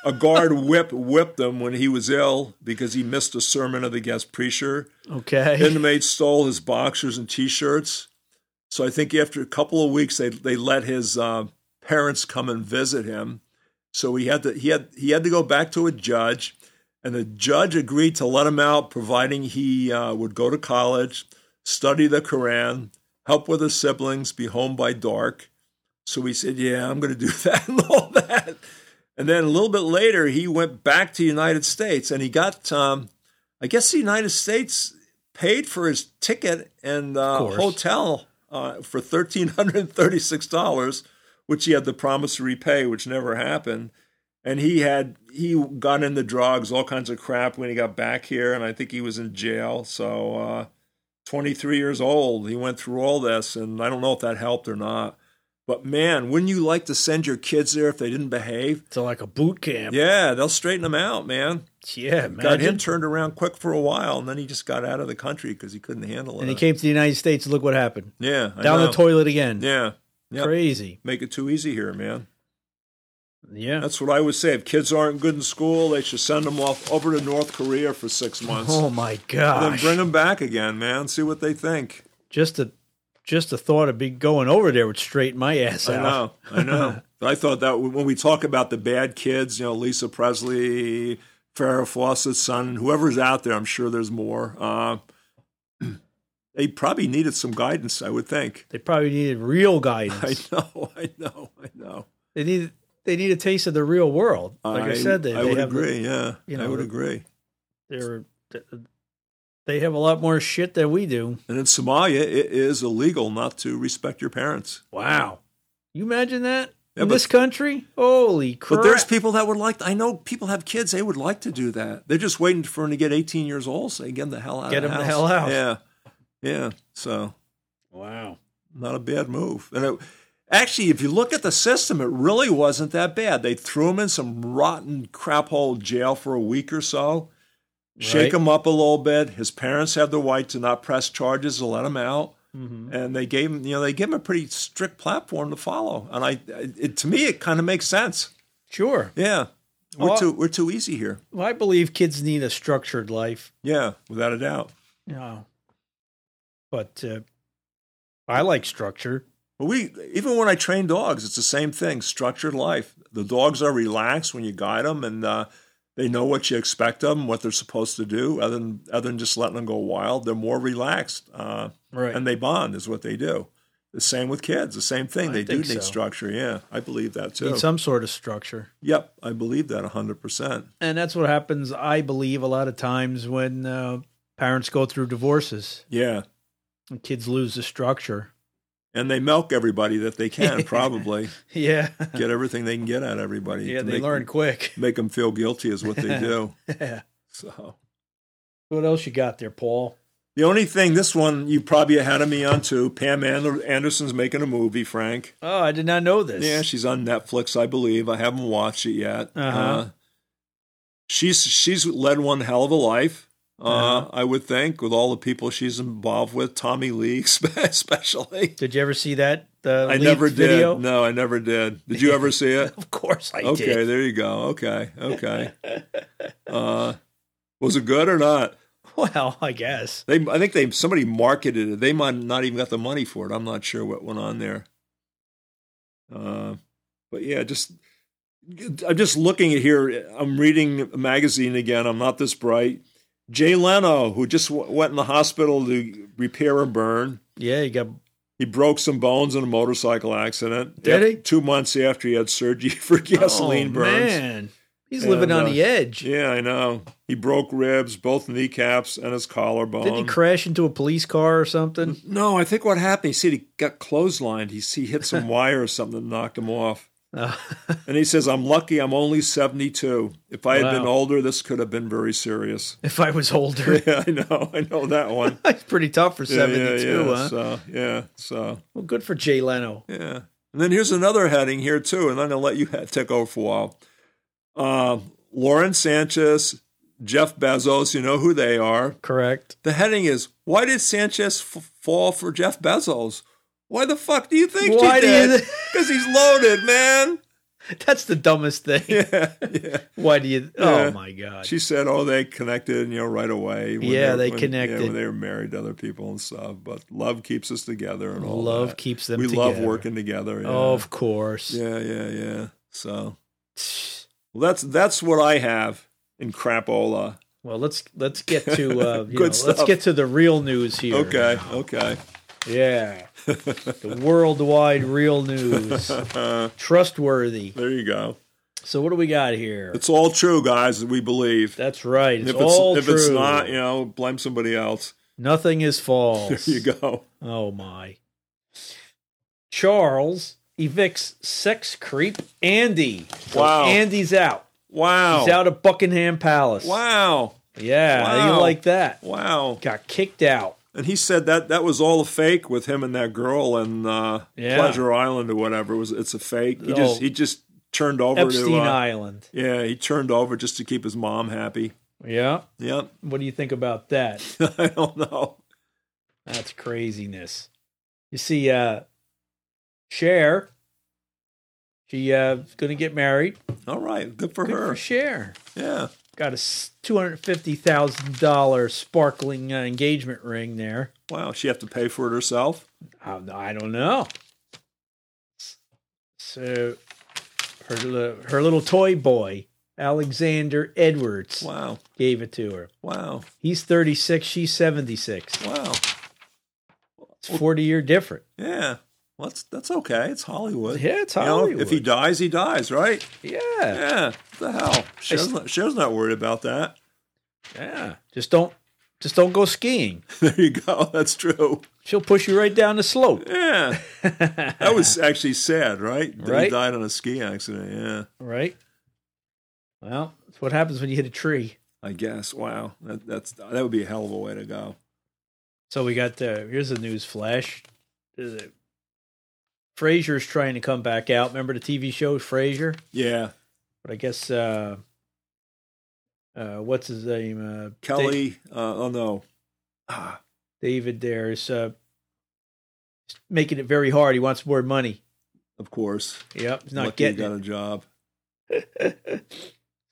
B: a guard whip whipped him when he was ill because he missed a sermon of the guest preacher.
A: Okay.
B: Inmates stole his boxers and t-shirts. So I think after a couple of weeks, they they let his uh, parents come and visit him. So he had to he had he had to go back to a judge, and the judge agreed to let him out, providing he uh, would go to college, study the Koran, help with his siblings, be home by dark. So he said, "Yeah, I'm going to do that and all that." And then a little bit later, he went back to the United States, and he got um, I guess the United States paid for his ticket and uh,
A: course.
B: hotel uh, for thirteen hundred and thirty-six dollars, which he had the promise to repay, which never happened. And he had he got into drugs, all kinds of crap when he got back here, and I think he was in jail. So uh, twenty-three years old, he went through all this, and I don't know if that helped or not. But man, wouldn't you like to send your kids there if they didn't behave?
A: to like a boot camp.
B: Yeah, they'll straighten them out, man.
A: Yeah,
B: Got him
A: imagine.
B: turned around quick for a while, and then he just got out of the country because he couldn't handle it.
A: And he came to the United States. Look what happened.
B: yeah, I
A: Down
B: know.
A: the toilet again.
B: Yeah, yeah.
A: Crazy.
B: Make it too easy here, man.
A: Yeah.
B: That's what I would say. If kids aren't good in school, they should send them off over to North Korea for six months,
A: oh my
B: and then
A: gosh.
B: bring them back again, man. See what they think.
A: just the just the thought of be going over there would straighten my ass
B: I
A: out.
B: know. I know. I thought that when we talk about the bad kids, you know, Lisa Presley, Farrah Fawcett's son, whoever's out there, I'm sure there's more. Uh, they probably needed some guidance, I would think.
A: They probably needed real
B: I
A: guidance.
B: know. I know. I know.
A: they need they need a taste of the real world. Like I, said, they,
B: I
A: they
B: would
A: have
B: agree. yeah,
A: you
B: I
A: know,
B: would
A: the-
B: agree.
A: they're they have a lot more shit than we do.
B: And in Somalia, it is illegal not to respect your parents.
A: Wow. You imagine that?
B: Yeah,
A: In
B: but-
A: this country? Holy crap.
B: But there's people that would like. I know people have kids. They would like to do that. They're just waiting for him to get 18 years old so they get him the hell out.
A: Get
B: of
A: him the
B: house.
A: hell out.
B: Yeah, yeah. So
A: wow.
B: not a bad move. And it, actually, if you look at the system, it really wasn't that bad. They threw him in some rotten crap hole jail for a week or so, shake
A: Right.
B: him up a little bit. His parents had the right to not press charges to let him out.
A: Mhm.
B: And they gave him, you know, they gave him a pretty strict platform to follow. And I, it, to me, it kind of makes sense.
A: Sure.
B: Yeah, we're
A: Oh.
B: too we're too easy here.
A: Well, I believe kids need a structured life.
B: Yeah, without a doubt.
A: You know. But uh, I like structure.
B: But we even when I train dogs, it's the same thing. Structured life. The dogs are relaxed when you guide them, and uh, they know what you expect of them, what they're supposed to do. Other than other than just letting them go wild, they're more relaxed, uh,
A: Right.
B: and they bond is what they do. The same with kids. The same thing.
A: I
B: they do need
A: think so.
B: structure. Yeah, I believe that too.
A: need some sort of structure.
B: Yep, I believe that hundred percent.
A: And that's what happens, I believe, a lot of times when uh, parents go through divorces
B: Yeah,
A: and kids lose the structure.
B: and they milk everybody that they can. Probably
A: Yeah.
B: get everything they can get out of everybody.
A: yeah,
B: to
A: they
B: make-
A: learn quick.
B: make them feel guilty is what they do.
A: Yeah.
B: So
A: What else you got there, Paul?
B: the only thing, this one you probably ahead of me onto. Pam Ander- Anderson's making a movie, Frank.
A: Oh, I did not know this.
B: Yeah, she's on Netflix, I believe. I haven't watched it yet. Uh,
A: Uh-huh.
B: she's she's led one hell of a life. Uh,
A: Uh-huh.
B: I would think with all the people she's involved with, Tommy Lee especially.
A: Did you ever see that? The
B: I
A: leaked
B: never did.
A: video?
B: No, I never did. Did you ever see it?
A: Of course I
B: okay,
A: did.
B: there you go. Okay, okay. uh, was it good or not?
A: Well, I guess.
B: They, I think they somebody marketed it. They might not even got the money for it. I'm not sure what went on there. Uh, but yeah, just I'm just looking at here. I'm reading a magazine again. I'm not this bright. Jay Leno, who just w- went in the hospital to repair a burn,
A: Yeah, you got
B: he broke some bones in a motorcycle accident.
A: Did
B: Af-
A: he?
B: Two months after he had surgery for gasoline
A: oh,
B: burns.
A: Man. He's
B: And,
A: living on
B: uh,
A: the edge.
B: Yeah, I know. He broke ribs, both kneecaps, and his collarbone.
A: Didn't he crash into a police car or something?
B: No, I think what happened, he said he got clotheslined. He, he hit some wire or something that knocked him off.
A: Uh,
B: And he says, I'm lucky I'm only 72. If I had been
A: Wow.
B: older, this could have been very serious.
A: if I was older,
B: Yeah, I know. I know that one.
A: it's pretty tough for
B: Yeah, yeah,
A: 72,
B: yeah,
A: huh?
B: So, yeah, so,
A: Well, good for Jay Leno.
B: yeah. And then here's another heading here, too, and then I'll let you ha- take over for a while. Uh, Lauren Sanchez, Jeff Bezos, you know who they are.
A: Correct.
B: The heading is Why did Sanchez f- fall for Jeff Bezos? Why the fuck do you think
A: Why
B: she
A: do you
B: did?
A: thi-
B: Because he's loaded, man.
A: That's the dumbest thing.
B: Yeah, yeah.
A: Why do you?
B: Yeah.
A: Oh my god!
B: She said, "Oh, they connected, you know, right away." when
A: Yeah, they
B: when-
A: connected.
B: Yeah, when they were married to other people and stuff. But love keeps us together, and all
A: Love
B: that.
A: keeps them.
B: we
A: together. Oh,
B: love working together. Yeah.
A: Of course.
B: yeah, yeah, yeah. So well, that's that's what I have in crapola.
A: Well, let's let's get to uh, you
B: Good
A: know,
B: stuff.
A: let's get to the real news here.
B: Okay, okay.
A: Yeah. the worldwide real news, trustworthy.
B: Uh, There you go.
A: So what do we got here?
B: It's all true, guys. We believe.
A: That's right. It's
B: if it's
A: all
B: if
A: true.
B: it's not, you know, blame somebody else.
A: Nothing is false.
B: There you go.
A: Oh my. Charles evicts sex creep Andy. So
B: Wow.
A: Andy's out.
B: Wow.
A: He's out of Buckingham Palace.
B: Wow.
A: Yeah, how do
B: Wow.
A: you like that?
B: Wow.
A: Got kicked out.
B: And he said that that was all a fake with him and that girl and uh,
A: Yeah.
B: Pleasure Island or whatever. It was it's a fake. He
A: Oh.
B: just he just turned over
A: Epstein
B: to uh,
A: Island.
B: yeah he turned over just to keep his mom happy.
A: Yeah.
B: Yep,
A: What do you think about that?
B: I don't know.
A: That's craziness. You see, uh Cher, she uh gonna get married.
B: All right, good for
A: Good
B: her.
A: for Cher.
B: yeah,
A: Got a two hundred fifty thousand dollar sparkling uh, engagement ring there.
B: wow. She have to pay for it herself.
A: I, I don't know. So her li- her little toy boy Alexander Edwards
B: Wow,
A: gave it to her.
B: wow,
A: He's thirty six. She's seventy six.
B: wow.
A: It's forty year different.
B: Yeah, well, that's that's okay. It's Hollywood.
A: Yeah, it's
B: You know,
A: Hollywood.
B: if he dies, he dies, right?
A: yeah,
B: Yeah. What the hell? Cher's
A: s-
B: not, Cher's not worried about that.
A: yeah. Just don't just don't go skiing.
B: There you go. That's true.
A: She'll push you right down the slope.
B: Yeah. That was actually sad, right? That He
A: Right.
B: died on a ski accident. Yeah.
A: right. Well, that's what happens when you hit a tree.
B: I guess. Wow. That, that's that would be a hell of a way to go.
A: So we got the here's a news flash. Uh, Frasier's trying to come back out. Remember the TV show Frasier?
B: Yeah.
A: But I guess uh, uh, what's his name? Uh, Da-
B: Kelly. Uh, oh no. Ah,
A: David there is uh, making it very hard. He wants more money.
B: of course.
A: Yep, he's not
B: Lucky he
A: getting
B: got
A: it.
B: a job.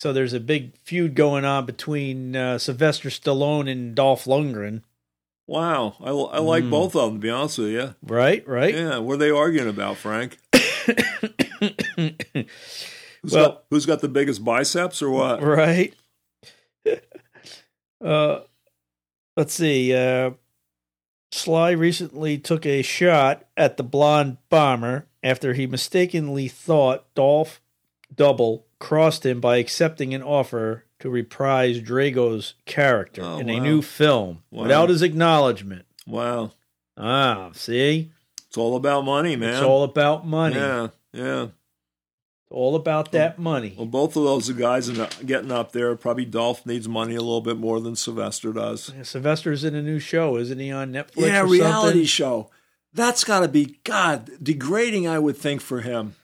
A: So there's a big feud going on between uh, Sylvester Stallone and Dolph Lundgren.
B: Wow. I, l- I like
A: Mm.
B: both of them. To be honest with you.
A: Right, right.
B: Yeah. What are they arguing about, Frank? Who's
A: Well-
B: got, who's got the biggest biceps or what?
A: right? uh, let's see. Uh, Sly recently took a shot at the blonde bomber after he mistakenly thought Dolph Double crossed him by accepting an offer to reprise Drago's character
B: Oh,
A: in
B: wow.
A: a new film
B: Wow.
A: without his acknowledgement.
B: Wow.
A: Ah, see,
B: It's all about money, man.
A: it's all about money.
B: Yeah. Oh. Yeah.
A: All about that money.
B: Well, both of those guys are getting up there. Probably Dolph needs money a little bit more than Sylvester does.
A: Sylvester's in a new show, isn't he? On Netflix?
B: yeah,
A: or
B: reality
A: Something?
B: show. That's got to be God degrading, I would think, for him.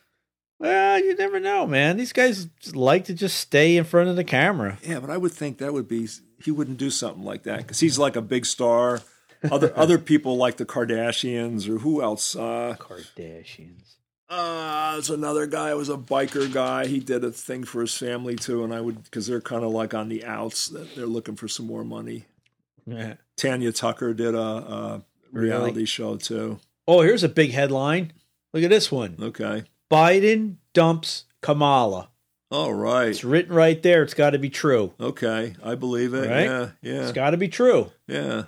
A: Well, you never know, man. These guys like to just stay in front of the camera.
B: Yeah, but I would think that would be he wouldn't do something like that because he's like a big star. Other other people like the Kardashians or who else? Uh,
A: Kardashians.
B: uh, there's another guy. It was a biker guy. He did a thing for his family too, and I would because they're kind of like on the outs. That they're looking for some more money.
A: Yeah.
B: Tanya Tucker did a, a
A: Really?
B: reality show too.
A: Oh, here's a big headline. Look at this one.
B: Okay.
A: Biden dumps Kamala.
B: All right.
A: It's written right there. It's got to be true.
B: Okay. I believe it.
A: Right?
B: Yeah. Yeah.
A: It's got to be true.
B: yeah.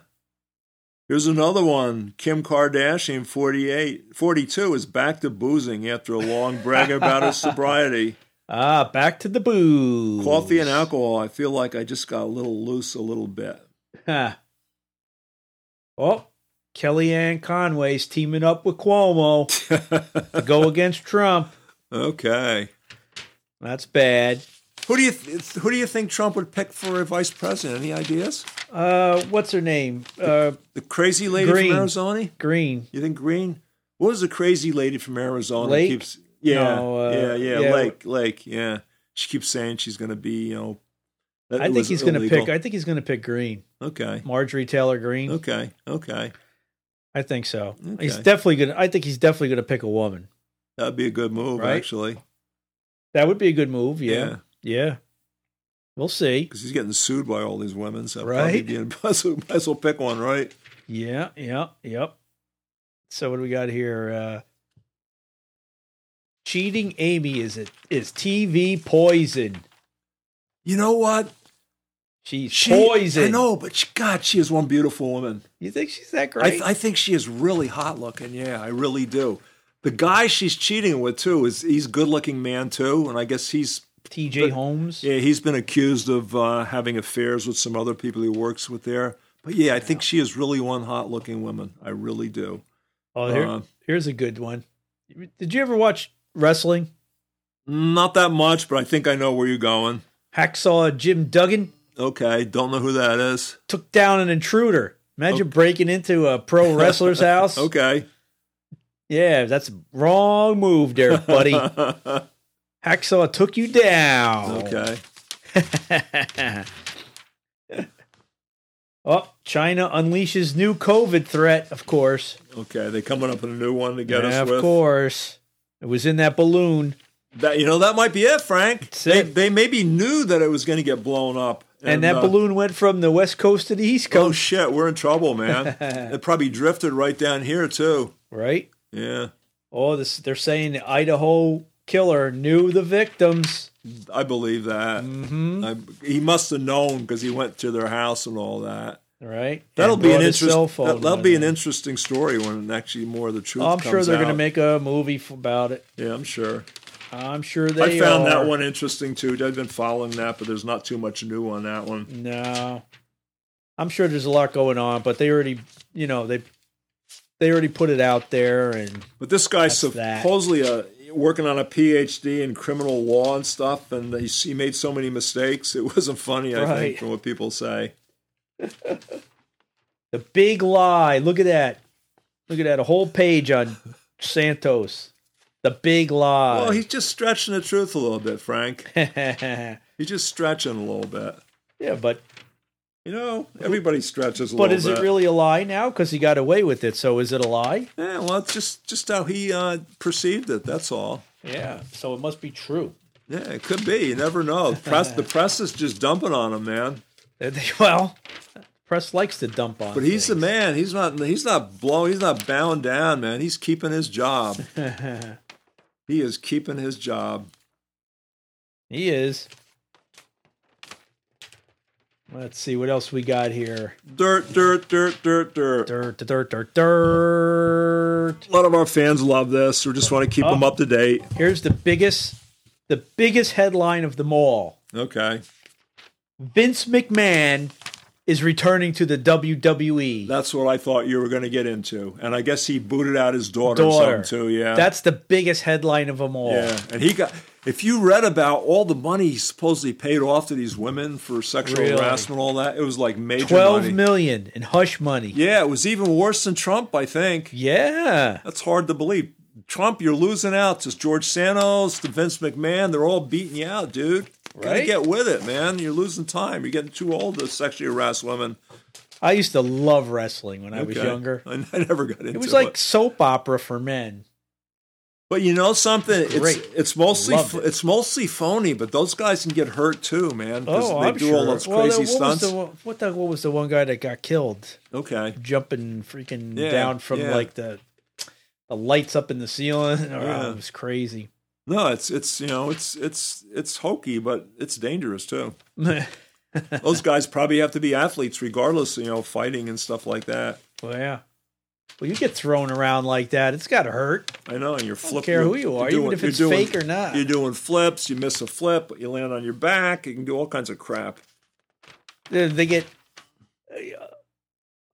B: Here's another one. Kim Kardashian, 48, 42, is back to boozing after a long brag about her sobriety.
A: Ah, back to the booze.
B: Coffee and alcohol. I feel like I just got a little loose a little bit.
A: Ha. oh, Kellyanne Conway's teaming up with Cuomo to go against Trump.
B: okay.
A: That's bad.
B: Who do you th- who do you think Trump would pick for vice president? Any ideas?
A: Uh, what's her name? Uh,
B: The crazy lady
A: Green.
B: from Arizona?
A: Green.
B: You think Green? What was the crazy lady from Arizona?
A: Lake?
B: Keeps, yeah,
A: No, uh,
B: yeah, yeah,
A: yeah.
B: Lake, Lake, yeah. She keeps saying she's going to be, you know. that
A: I
B: it
A: think
B: was
A: he's going to
B: illegal.
A: pick. I think he's going to pick Green,
B: okay,
A: Marjorie Taylor Green.
B: okay, okay.
A: I think so. He's
B: Okay.
A: definitely going. to I think he's definitely going to pick a woman.
B: That'd be a good move,
A: Right?
B: actually.
A: That would be a good move.
B: Yeah,
A: Yeah, yeah. We'll see.
B: because he's getting sued by all these women, so probably
A: Right?
B: be in, might as well- might as well pick one, right?
A: Yeah, yeah, yep. So what do we got here? Uh, cheating Amy is it is TV poison?
B: You know what?
A: She's
B: She,
A: poison.
B: I know, but she, God, she is one beautiful woman.
A: You think she's that
B: I,
A: great?
B: th- I think she is really hot looking. Yeah, I really do. The guy she's cheating with too is he's good looking man too, and I guess he's
A: T.J. Holmes.
B: Yeah, he's been accused of uh, having affairs with some other people he works with there. But yeah, I think she is really one hot looking woman. I really do.
A: Oh, here,
B: Uh,
A: here's a good one. Did you ever watch wrestling?
B: Not that much, but I think I know where you're going.
A: Hacksaw Jim Duggan
B: Okay, don't know who that is.
A: took down an intruder. Imagine breaking into a pro wrestler's house.
B: Okay.
A: Yeah, that's wrong move there, buddy.
B: okay.
A: Hacksaw took you down. oh, China unleashes new COVID threat, of course.
B: Okay. They coming up with a new one to get
A: Yeah,
B: us
A: of
B: with.
A: course. It was in that balloon.
B: That you know that might be it, Frank.
A: That's
B: they,
A: it.
B: they maybe knew that it was going to get blown up,
A: And, that
B: uh,
A: balloon went from the west coast to the east
B: Oh
A: coast,
B: shit, we're in trouble, man. it probably drifted right down here too.
A: right?
B: Yeah,
A: Oh, this they're saying the Idaho killer knew the victims.
B: I believe that. Mm-hmm. I, he must have known because he went to their house and all that.
A: Right?
B: That'll
A: And
B: be an
A: brought his
B: interest,
A: cell phone
B: that, will be an
A: with him.
B: interesting story when actually more of the truth.
A: I'm sure
B: comes
A: they're going to
B: out.
A: make a movie f- about it.
B: Yeah, I'm sure.
A: I'm sure they.
B: I found
A: are.
B: that one interesting too. I've been following that, but there's not too much new on that one.
A: No, I'm sure there's a lot going on, but they already, you know, they they already put it out there, and
B: But this guy's
A: That's that.
B: supposedly a, working on a PhD in criminal law and stuff, and he, he made so many mistakes. It wasn't funny, I
A: Right.
B: think, from what people say.
A: the big lie. Look at that. Look at that. A whole page on Santos. The big lie.
B: Well, he's just stretching the truth a little bit, Frank.
A: yeah,
B: He's just stretching a little bit.
A: but
B: You know, everybody stretches a
A: but
B: little
A: is
B: bit.
A: it really a lie now? Because he got away with it. So is it a lie?
B: Yeah, well, it's just just how he uh, perceived it. That's all.
A: Yeah. So it must be true.
B: Yeah, it could be. You never know. The press, the press is just dumping on him, man.
A: Uh, they- Well, press likes to dump on.
B: But he's the
A: things.
B: man. He's not. He's not blown. He's not bound down, man. He's keeping his job. he is keeping his job.
A: he is. Let's see what else we got here.
B: Dirt, dirt, dirt, dirt, dirt.
A: Dirt, dirt, dirt, dirt.
B: A lot of our fans love this. We just want to keep
A: Oh.
B: them up to date.
A: Here's the biggest, the biggest headline of them all.
B: Okay,
A: Vince McMahon is returning to the E. WWE.
B: that's what I thought you were going to get into. And I guess he booted out his daughter,
A: Daughter.
B: or something too. Yeah,
A: That's the biggest headline of them all.
B: yeah. And he got. If you read about all the money he supposedly paid off to these women for sexual
A: Really?
B: harassment, and all that, it was like major
A: Twelve
B: money.
A: million in hush money.
B: Yeah, it was even worse than Trump, I think.
A: Yeah.
B: That's hard to believe. Trump, you're losing out to George Santos, to Vince McMahon. They're all beating you out, dude. Gotta
A: Right?
B: get with it, man. You're losing time. You're getting too old to sexually harass women.
A: I used to love wrestling when I was
B: Okay.
A: younger.
B: I, I never got into it.
A: It was like soap opera for men.
B: but you know something? It's
A: Great.
B: it's mostly
A: Loved
B: ph-
A: it.
B: it's mostly phony. But those guys can get hurt too, man. 'cause
A: Oh,
B: they
A: I'm
B: do
A: sure.
B: all those
A: Well,
B: crazy
A: what was
B: stunts.
A: the one- what the what was the one guy that got killed?
B: okay,
A: jumping freaking
B: Yeah,
A: down from
B: yeah.
A: like the the lights up in the ceiling. Oh,
B: Yeah.
A: It was crazy.
B: no, it's it's you know it's it's it's hokey, but it's dangerous too. Those guys probably have to be athletes, regardless, you know, fighting and stuff like that.
A: Well, yeah. Well, you get thrown around like that, it's got to hurt.
B: I know, and you're flipping.
A: care who you are, even if it's fake or not.
B: You're doing flips. You miss a flip, you land on your back. You can do all kinds of crap.
A: They they get.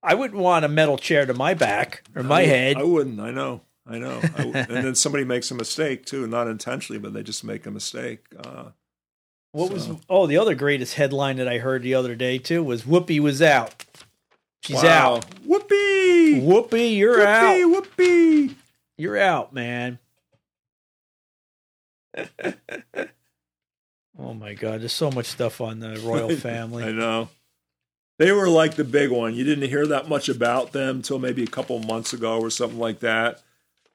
A: I wouldn't want a metal chair to my back or my
B: I,
A: head.
B: I wouldn't. I know. I know. I w- and then somebody makes a mistake too, not intentionally, but they just make a mistake. Uh,
A: what was? Oh, the other greatest headline that I heard the other day too was Whoopi was out. She's
B: wow.
A: out.
B: Whoopee!
A: Whoopi, you're out.
B: Whoopee! Whoopee!
A: You're out, man. oh my god, there's so much stuff on the royal
B: I
A: family.
B: know. They were like the big one. You didn't hear that much about them until maybe a couple months ago or something like that.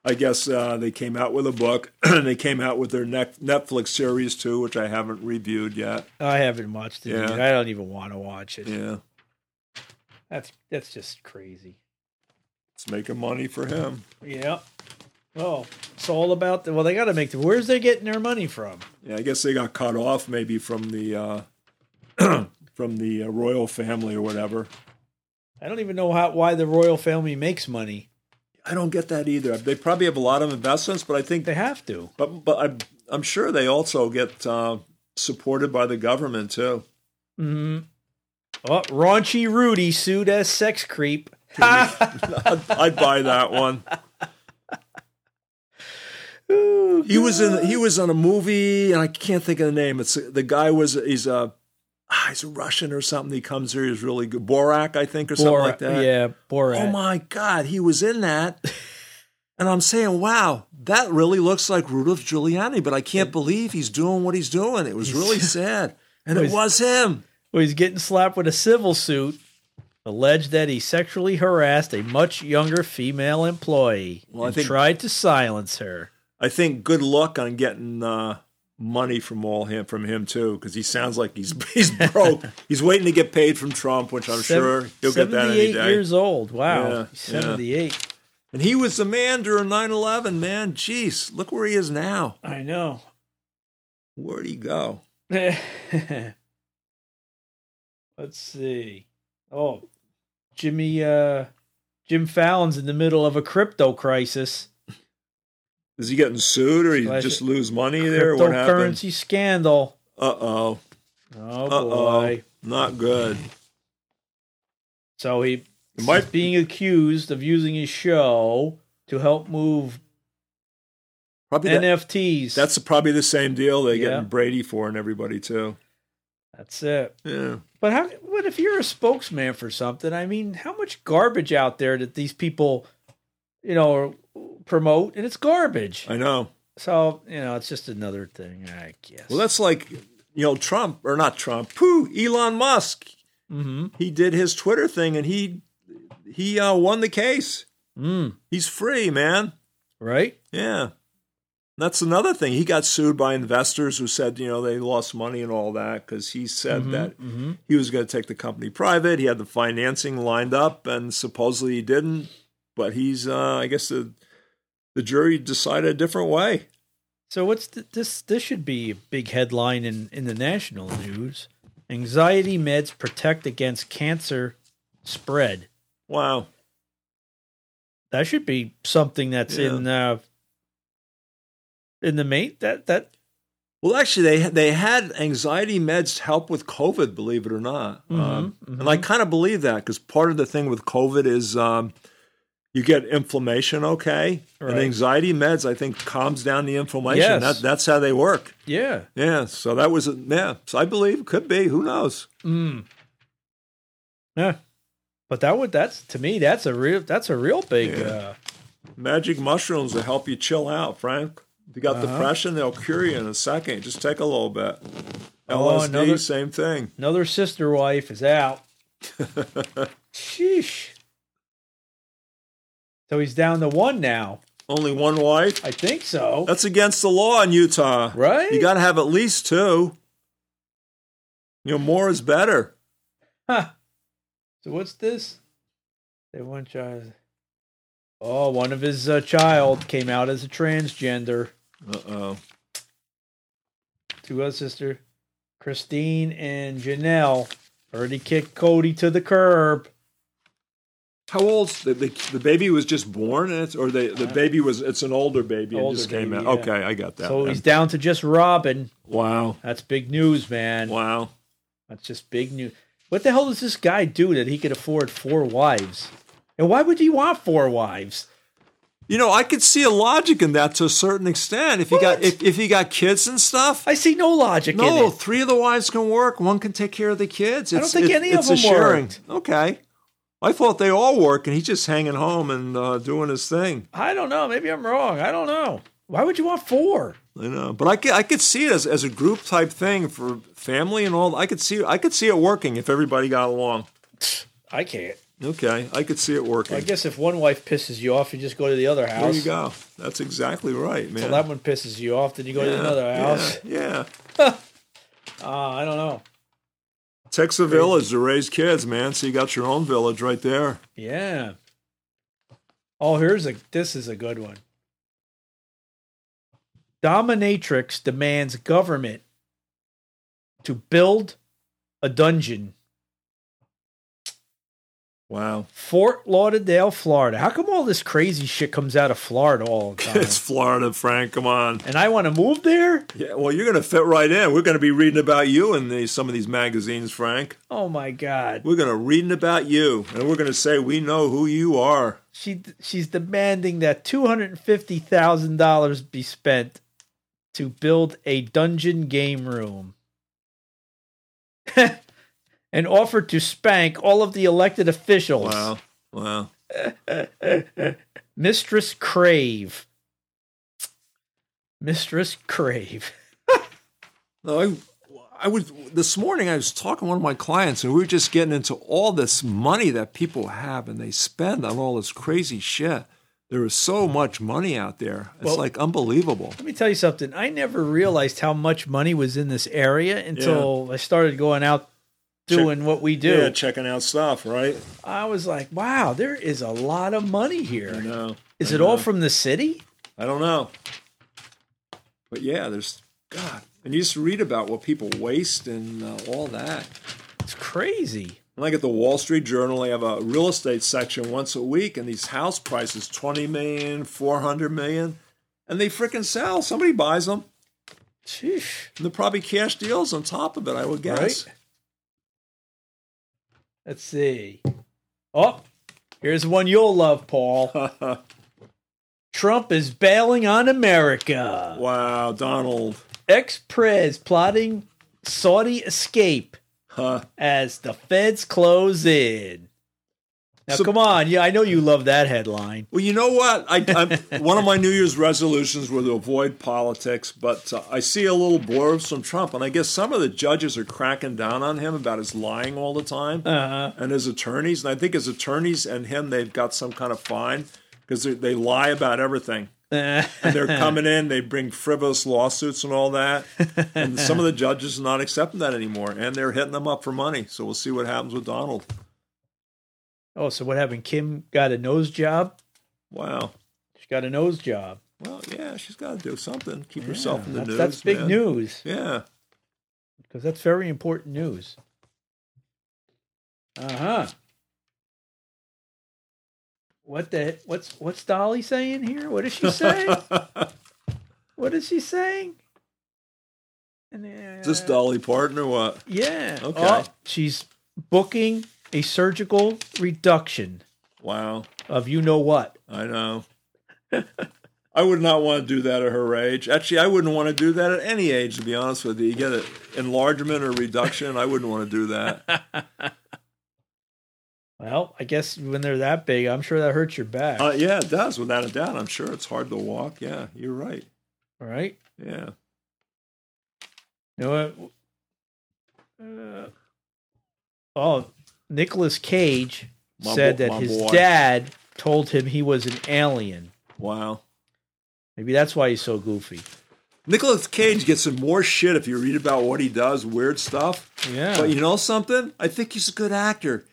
B: I guess uh, they came out with a book. they came out with their nec- Netflix series too, which I haven't reviewed yet.
A: I haven't watched it.
B: Yeah.
A: yet. I don't even want to watch it.
B: Yeah,
A: That's that's just crazy.
B: it's making money for him.
A: Yeah. Oh, it's all about the well. They got to make the. Where's they getting their money from?
B: Yeah, I guess they got cut off maybe from the uh, from the uh, royal family or whatever.
A: I don't even know how why the royal family makes money.
B: I don't get that either. They probably have a lot of investments, but I think
A: They have to.
B: but but I'm, I'm sure they also get uh, supported by the government too.
A: hmm Oh, raunchy Rudy sued as sex creep.
B: I'd, I'd buy that one. He was in he was on a movie, and I can't think of the name. It's the guy was he's a he's a Russian or something. He comes here. He's really good. Borak, I think, or something
A: Borat-
B: like that.
A: Yeah, Borat.
B: Oh my God, he was in that. And I'm saying, wow, that really looks like Rudolph Giuliani, but I can't believe he's doing what he's doing. It was really sad. And it
A: He's-
B: was him.
A: Well, he's getting slapped with a civil suit, alleged that he sexually harassed a much younger female employee
B: Well, I
A: and
B: think-
A: tried to silence her.
B: I think good luck on getting uh, money from all him from him too, because he sounds like he's he's broke. he's waiting to get paid from Trump, which I'm sure
A: Seven-
B: he'll get that any
A: 78
B: day.
A: years old. Wow.
B: Yeah,
A: He's
B: yeah.
A: 78.
B: And he was the man during 9/11. Man, jeez, look where he is now.
A: I know.
B: Where'd he go?
A: Let's see. Oh, Jimmy uh Jim Fallon's in the middle of a crypto crisis.
B: Is he getting sued, or he
A: Slash-
B: just lose money there? What happened?
A: Cryptocurrency scandal.
B: Uh oh.
A: Oh
B: Uh oh.
A: boy.
B: Not good.
A: So he
B: It
A: Mike
B: might
A: is being accused of using his show to help move
B: probably that-
A: NFTs.
B: that's probably the same deal they're
A: Yeah.
B: getting Brady for and everybody too.
A: that's it.
B: Yeah.
A: But how? What if you're a spokesman for something? I mean, how much garbage out there that these people, you know, promote, and it's garbage.
B: I know.
A: So you know, it's just another thing, I guess.
B: Well, that's like, you know, Trump or not Trump. Pooh, Elon Musk.
A: mm-hmm.
B: He did his Twitter thing and he he uh, won the case.
A: mm,
B: He's free, man.
A: right.
B: Yeah. That's another thing. He got sued by investors who said, you know, they lost money and all that because he said that
A: mhm.
B: he was going to take the company private. He had the financing lined up and supposedly he didn't. But he's, uh, I guess, the, the jury decided a different way.
A: So what's th- this? This should be a big headline in in the national news. Anxiety meds protect against cancer spread.
B: Wow.
A: that should be something that's
B: Yeah.
A: in uh in the mate that that
B: Well, actually, they they had anxiety meds to help with COVID, believe it or not. Um,
A: Mhm,
B: And I kind of believe that because part of the thing with COVID is um, you get inflammation, okay, and
A: Right.
B: anxiety meds I think calms down the inflammation.
A: Yes.
B: That, that's how they work.
A: yeah
B: Yeah. So that was yeah. So I believe could be. Who knows?
A: mm. yeah but that would that's to me that's a real that's a real big uh
B: Magic mushrooms will help you chill out, Frank. If you got
A: Uh-huh.
B: depression, they'll cure you in a second. Just take a little bit.
A: Oh,
B: LSD,
A: another-
B: same thing.
A: another sister wife is out sheesh so he's down to one now
B: Only one wife.
A: i think so
B: That's against the law in Utah.
A: Right?
B: You got to have at least two. You know, more is better.
A: Huh. so what's this they want child oh one of his uh, child came out as a transgender
B: Uh oh.
A: two other sister, Christine and Janelle, already kicked Cody to the curb.
B: How old's the, the the baby was just born, and it's, or the the baby was it's an older baby
A: Uh-huh.
B: and
A: Older
B: just came
A: baby,
B: out.
A: yeah.
B: Okay, I got that.
A: so
B: then.
A: he's down to just Robin.
B: wow,
A: That's big news, man.
B: wow.
A: That's just big news. What the hell does this guy do that he could afford four wives? And why would he want four wives?
B: You know, I could see a logic in that to a certain extent. If you got
A: What?
B: if, if you got kids and stuff,
A: I see no logic in
B: no,
A: it.
B: three of the wives can work. One can take care of the kids. It's,
A: don't think
B: it-
A: any of
B: it's a
A: them
B: sharing.
A: worked.
B: Okay, I thought they all work, and he's just hanging home and uh, doing his thing.
A: I don't know. Maybe I'm wrong. I don't know. Why would you want four?
B: I know, but I could, I could see it as, as a group type thing for family and all. I could see I could see it working if everybody got along.
A: I can't.
B: Okay, I could see it working.
A: I guess if one wife pisses you off, you just go to the other
B: there
A: house.
B: you go. That's exactly right, man.
A: Well, that one pisses you off, then you go to
B: Yeah,
A: another house.
B: Yeah, yeah.
A: Ah, I don't know.
B: takes a village to raise kids, man. So you got your own village right there.
A: Yeah. Oh, here's a this is a good one. Dominatrix demands government to build a dungeon.
B: Wow,
A: Fort Lauderdale, Florida. How come all this crazy shit comes out of Florida all the time?
B: it's Florida, Frank. Come on.
A: and I want to move there?
B: Yeah, well, you're gonna fit right in. We're gonna be reading about you in the, some of these magazines, Frank.
A: Oh my god.
B: We're gonna reading about you, and we're gonna say we know who you are.
A: She she's demanding that $250,000 be spent to build a dungeon game room. and offered to spank all of the elected officials.
B: Wow. Wow.
A: Mistress Crave. Mistress Crave.
B: No, I, I was this morning. I was talking to one of my clients, and we were just getting into all this money that people have and they spend on all this crazy shit. There is so much money out there. It's
A: Well-
B: like unbelievable.
A: Let me tell you something. I never realized how much money was in this area until I started going out doing what we do.
B: checking out stuff, right?
A: I was like, wow, there is a lot of money here.
B: know.
A: Is
B: I
A: it all
B: know.
A: from the city?
B: I don't know. But yeah, there's God, and you just read about what people waste and uh, all that.
A: It's crazy.
B: And like at the Wall Street Journal, they have a real estate section once a week, and these house prices 20 million, 400 million, and they freaking sell. Somebody buys them,
A: Sheesh.
B: and they're probably cash deals on top of it, I would guess.
A: Right? Let's see. Oh, here's one you'll love, Paul. Trump is bailing on America.
B: wow, Donald.
A: Ex prez plotting Saudi escape
B: Huh.
A: as the feds close in. Now,
B: So-
A: come on. Yeah, I know you love that headline.
B: Well, you know what? I, I'm, one of my New Year's resolutions were to avoid politics, but uh, I see a little blurbs from Trump, and I guess some of the judges are cracking down on him about his lying all the time
A: Uh,
B: and his attorneys. And I think his attorneys and him, they've got some kind of fine because they lie about everything.
A: uh,
B: And they're coming in, they bring frivolous lawsuits and all that. And some of the judges are not accepting that anymore, and they're hitting them up for money. So we'll see what happens with Donald.
A: oh, so what happened? Kim got a nose job?
B: Wow.
A: She got a nose job.
B: Well, yeah, she's got to do something. Keep herself in the
A: that's,
B: news.
A: that's big
B: man.
A: news
B: Yeah.
A: because that's very important news. Uh huh. What the? What's what's Dolly saying here? What is she saying? what is she saying? And, uh,
B: Is this Dolly Parton or what?
A: Yeah.
B: Okay.
A: Oh, she's booking a surgical reduction
B: Wow,
A: of you know what.
B: I know. I would not want to do that at her age. Actually, I wouldn't want to do that at any age, to be honest with you. You get an enlargement or reduction. I wouldn't want to do that.
A: Well, I guess when they're that big, I'm sure that hurts your back.
B: Uh, yeah, it does, without a doubt. I'm sure it's hard to walk. Yeah, you're right.
A: all right.
B: Yeah.
A: You know what? Uh, oh, Nicolas Cage
B: My
A: said
B: bo-
A: that
B: my
A: his
B: boy.
A: dad told him he was an alien.
B: Wow.
A: Maybe that's why he's so goofy.
B: Nicolas Cage gets in more shit if you read about what he does, weird stuff.
A: Yeah.
B: But you know something? I think he's a good actor.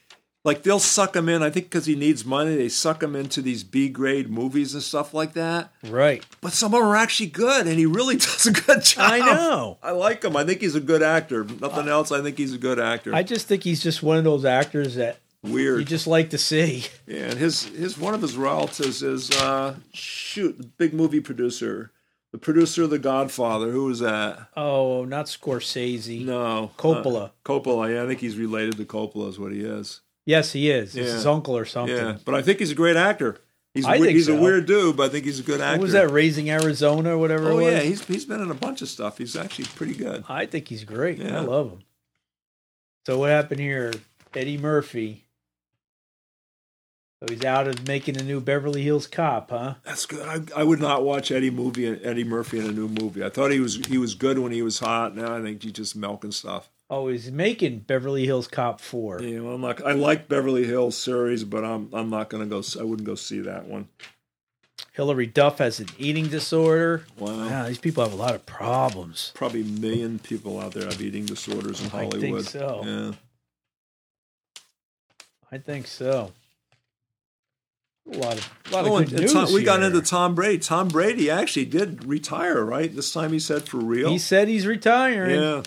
B: Like they'll suck him in. I think because he needs money, they suck him into these B grade movies and stuff like that.
A: right.
B: But some of them are actually good, and he really does a good job.
A: I know. Uh,
B: I like him. I think he's a good actor. Nothing else. I think he's a good actor.
A: I just think he's just one of those actors that you
B: Weird.
A: just like to see.
B: yeah, and his his one of his relatives is uh shoot the big movie producer, the producer of The Godfather. Who is that?
A: Oh, not Scorsese.
B: No,
A: Coppola.
B: Uh, Coppola. Yeah, I think he's related to Coppola. Is what he is.
A: Yes, he is. It's
B: Yeah.
A: his uncle or something.
B: Yeah, but I think he's a great actor. He's
A: I
B: we-
A: think
B: he's
A: so.
B: a weird dude, but I think he's a good actor.
A: What was that? Raising Arizona or whatever
B: Oh
A: it was?
B: yeah, he's he's been in a bunch of stuff. He's actually pretty good.
A: I think he's great. I
B: Yeah.
A: love him. So what happened here? Eddie Murphy. So he's out of making a new Beverly Hills Cop, huh?
B: That's good. I, I would not watch Eddie movie Eddie Murphy in a new movie. I thought he was he was good when he was hot. Now I think he's just milking stuff.
A: Oh, he's making Beverly Hills Cop four.
B: Yeah, well, I'm not. I like Beverly Hills series, but I'm I'm not gonna go. s- I wouldn't go see that one.
A: Hillary Duff has an eating disorder.
B: Wow.
A: Wow, these people have a lot of problems.
B: Probably a million people out there have eating disorders in
A: I think
B: Hollywood.
A: so.
B: Yeah.
A: I think so. A lot of a lot
B: Oh,
A: of
B: and,
A: good
B: and
A: news.
B: Tom, we got
A: here.
B: into Tom Brady. Tom Brady actually did retire, right? This time he said for real.
A: He said he's retiring.
B: yeah.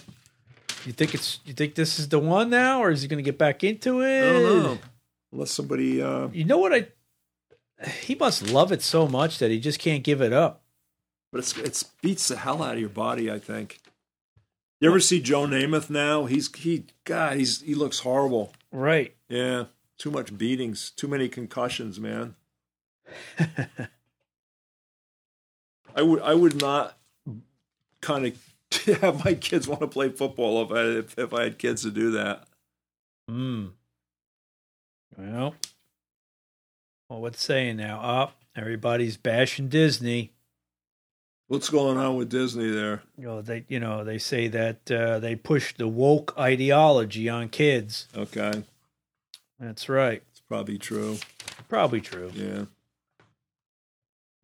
A: You think it's you think this is the one now, or is he going to get back into
B: I
A: it?
B: don't know. Unless somebody. Uh,
A: You know what I? He must love it so much that he just can't give it up.
B: But it's it's beats the hell out of your body, I think. You ever see Joe Namath now? He's he God, he's he looks horrible.
A: Right.
B: Yeah. Too much beatings, too many concussions, man. I would I would not kind of have my kids want to play football if I if, if I had kids to do that.
A: Hmm. Well, well, what's saying now? Up, everybody's bashing Disney.
B: What's going on with Disney there?
A: You know, they you know they say that uh, they push the woke ideology on kids.
B: Okay, it's
A: That's right.
B: probably true.
A: Probably true.
B: Yeah,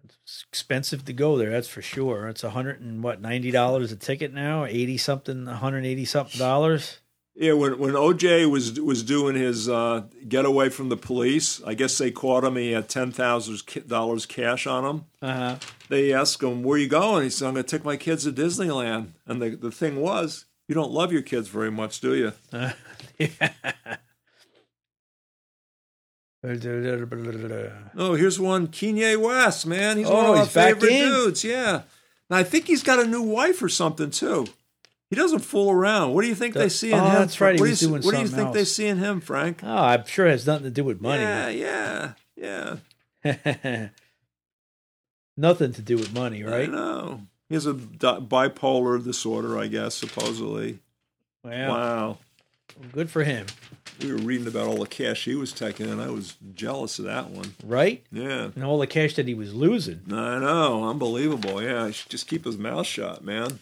A: It's expensive to go there. That's for sure. It's a hundred and what ninety dollars a ticket now. Eighty something, one hundred eighty something dollars.
B: yeah. When when OJ was was doing his uh, getaway from the police, I guess they caught him. He had ten thousand dollars cash on him.
A: Uh huh.
B: They asked him, "Where you going?" He said, "I'm going to take my kids to Disneyland." And the the thing was, you don't love your kids very much, do you?
A: Uh, Oh, yeah.
B: Oh, here's one, Kanye West, man. He's
A: Oh,
B: one of my
A: he's back
B: favorite
A: in.
B: dudes. Yeah, and I think he's got a new wife or something too. He doesn't fool around. What do you think they
A: That-
B: see in
A: oh,
B: him?
A: that's right, he
B: What,
A: was
B: do you,
A: doing
B: what do you
A: something
B: think they
A: else.
B: see in him, Frank?
A: Oh, I'm sure it has nothing to do with
B: Yeah,
A: money.
B: yeah, yeah.
A: nothing to do with money,
B: I
A: right?
B: know. He has a di- bipolar disorder, I guess, supposedly.
A: Well,
B: Wow.
A: good for him,
B: We were reading about all the cash he was taking, and I was jealous of that one.
A: right?
B: Yeah.
A: And all the cash that he was losing.
B: I know. Unbelievable. Yeah. He should just keep his mouth shut, man.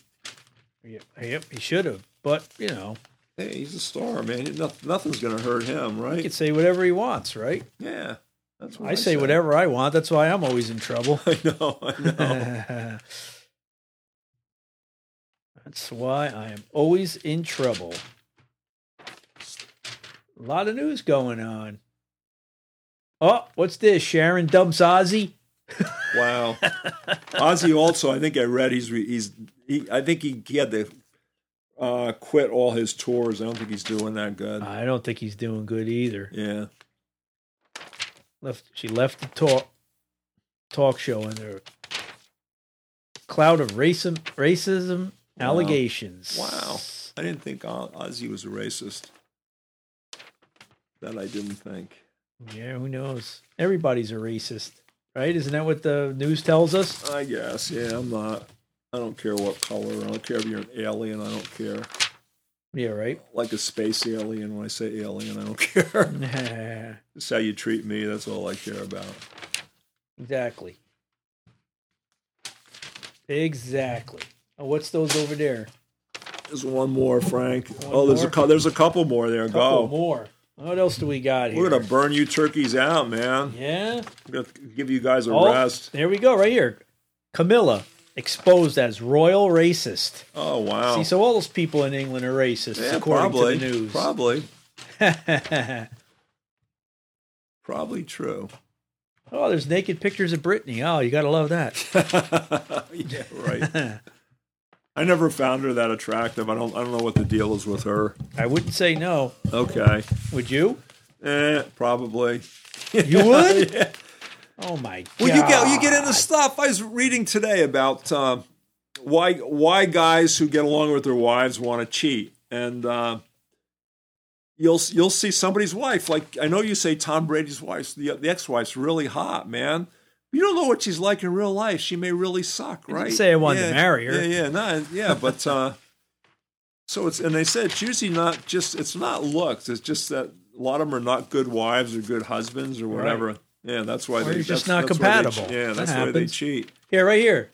A: Yep, yep he should have. But you know,
B: Hey, he's a star, man. No- Nothing's going to hurt him,
A: he
B: right?
A: could say whatever he wants, right?
B: Yeah, that's what
A: I say whatever I want. That's why I'm always in trouble.
B: I know. I know.
A: That's why I am always in trouble. A lot of news going on. Oh, what's this? Sharon dumps Ozzy.
B: wow. Ozzy also, I think I read he's re- he's he. I think he, he had to uh, quit all his tours. I don't think he's doing that good.
A: I don't think he's doing good either.
B: Yeah.
A: Left, she left the talk talk show under a cloud of racism racism allegations.
B: Wow. I didn't think O- Ozzy was a racist. That I didn't think.
A: Yeah, who knows? Everybody's a racist, right? Isn't that what the news tells us?
B: I guess. Yeah, I'm not. I don't care what color. I don't care if you're an alien. I don't care.
A: Yeah, right.
B: Like a space alien. When I say alien, I don't care. It's how you treat me. That's all I care about.
A: exactly. Exactly. Oh, what's those over there?
B: There's one more, Frank.
A: One
B: oh, there's a
A: more?
B: cou- there's a couple more there.
A: Couple
B: Go.
A: more. What else do we got here?
B: Oh. We're gonna burn you turkeys out, man.
A: yeah.
B: I'm gonna give you guys a
A: Oh,
B: rest.
A: there we go. Right here. Camilla exposed as royal racist.
B: Oh wow.
A: See, so all those people in England are racist,
B: yeah,
A: according
B: probably,
A: to the news.
B: probably, probably true.
A: oh, there's naked pictures of Britney. Oh, you gotta love that.
B: yeah, right. I never found her that attractive. I don't. I don't know what the deal is with her.
A: I wouldn't say no.
B: Okay.
A: Would you?
B: Eh, probably.
A: You would? Oh my god.
B: Well, you get you get into stuff. I was reading today about um why why guys who get along with their wives want to cheat, and uh, you'll you'll see somebody's wife. Like I know you say Tom Brady's wife, the, the ex wife's really hot, man. You don't know what she's like in real life. She may really suck, right?
A: say I wanted to marry her.
B: Yeah, yeah, no, yeah, but. Uh, so it's and they said it's usually not just it's not looks. It's just that a lot of them are not good wives or good husbands or whatever. Yeah, that's why
A: Or
B: they
A: you're just
B: that's-
A: not
B: that's why they
A: compatible.
B: che- yeah,
A: That
B: that's why they
A: happens.
B: cheat.
A: Yeah, right here.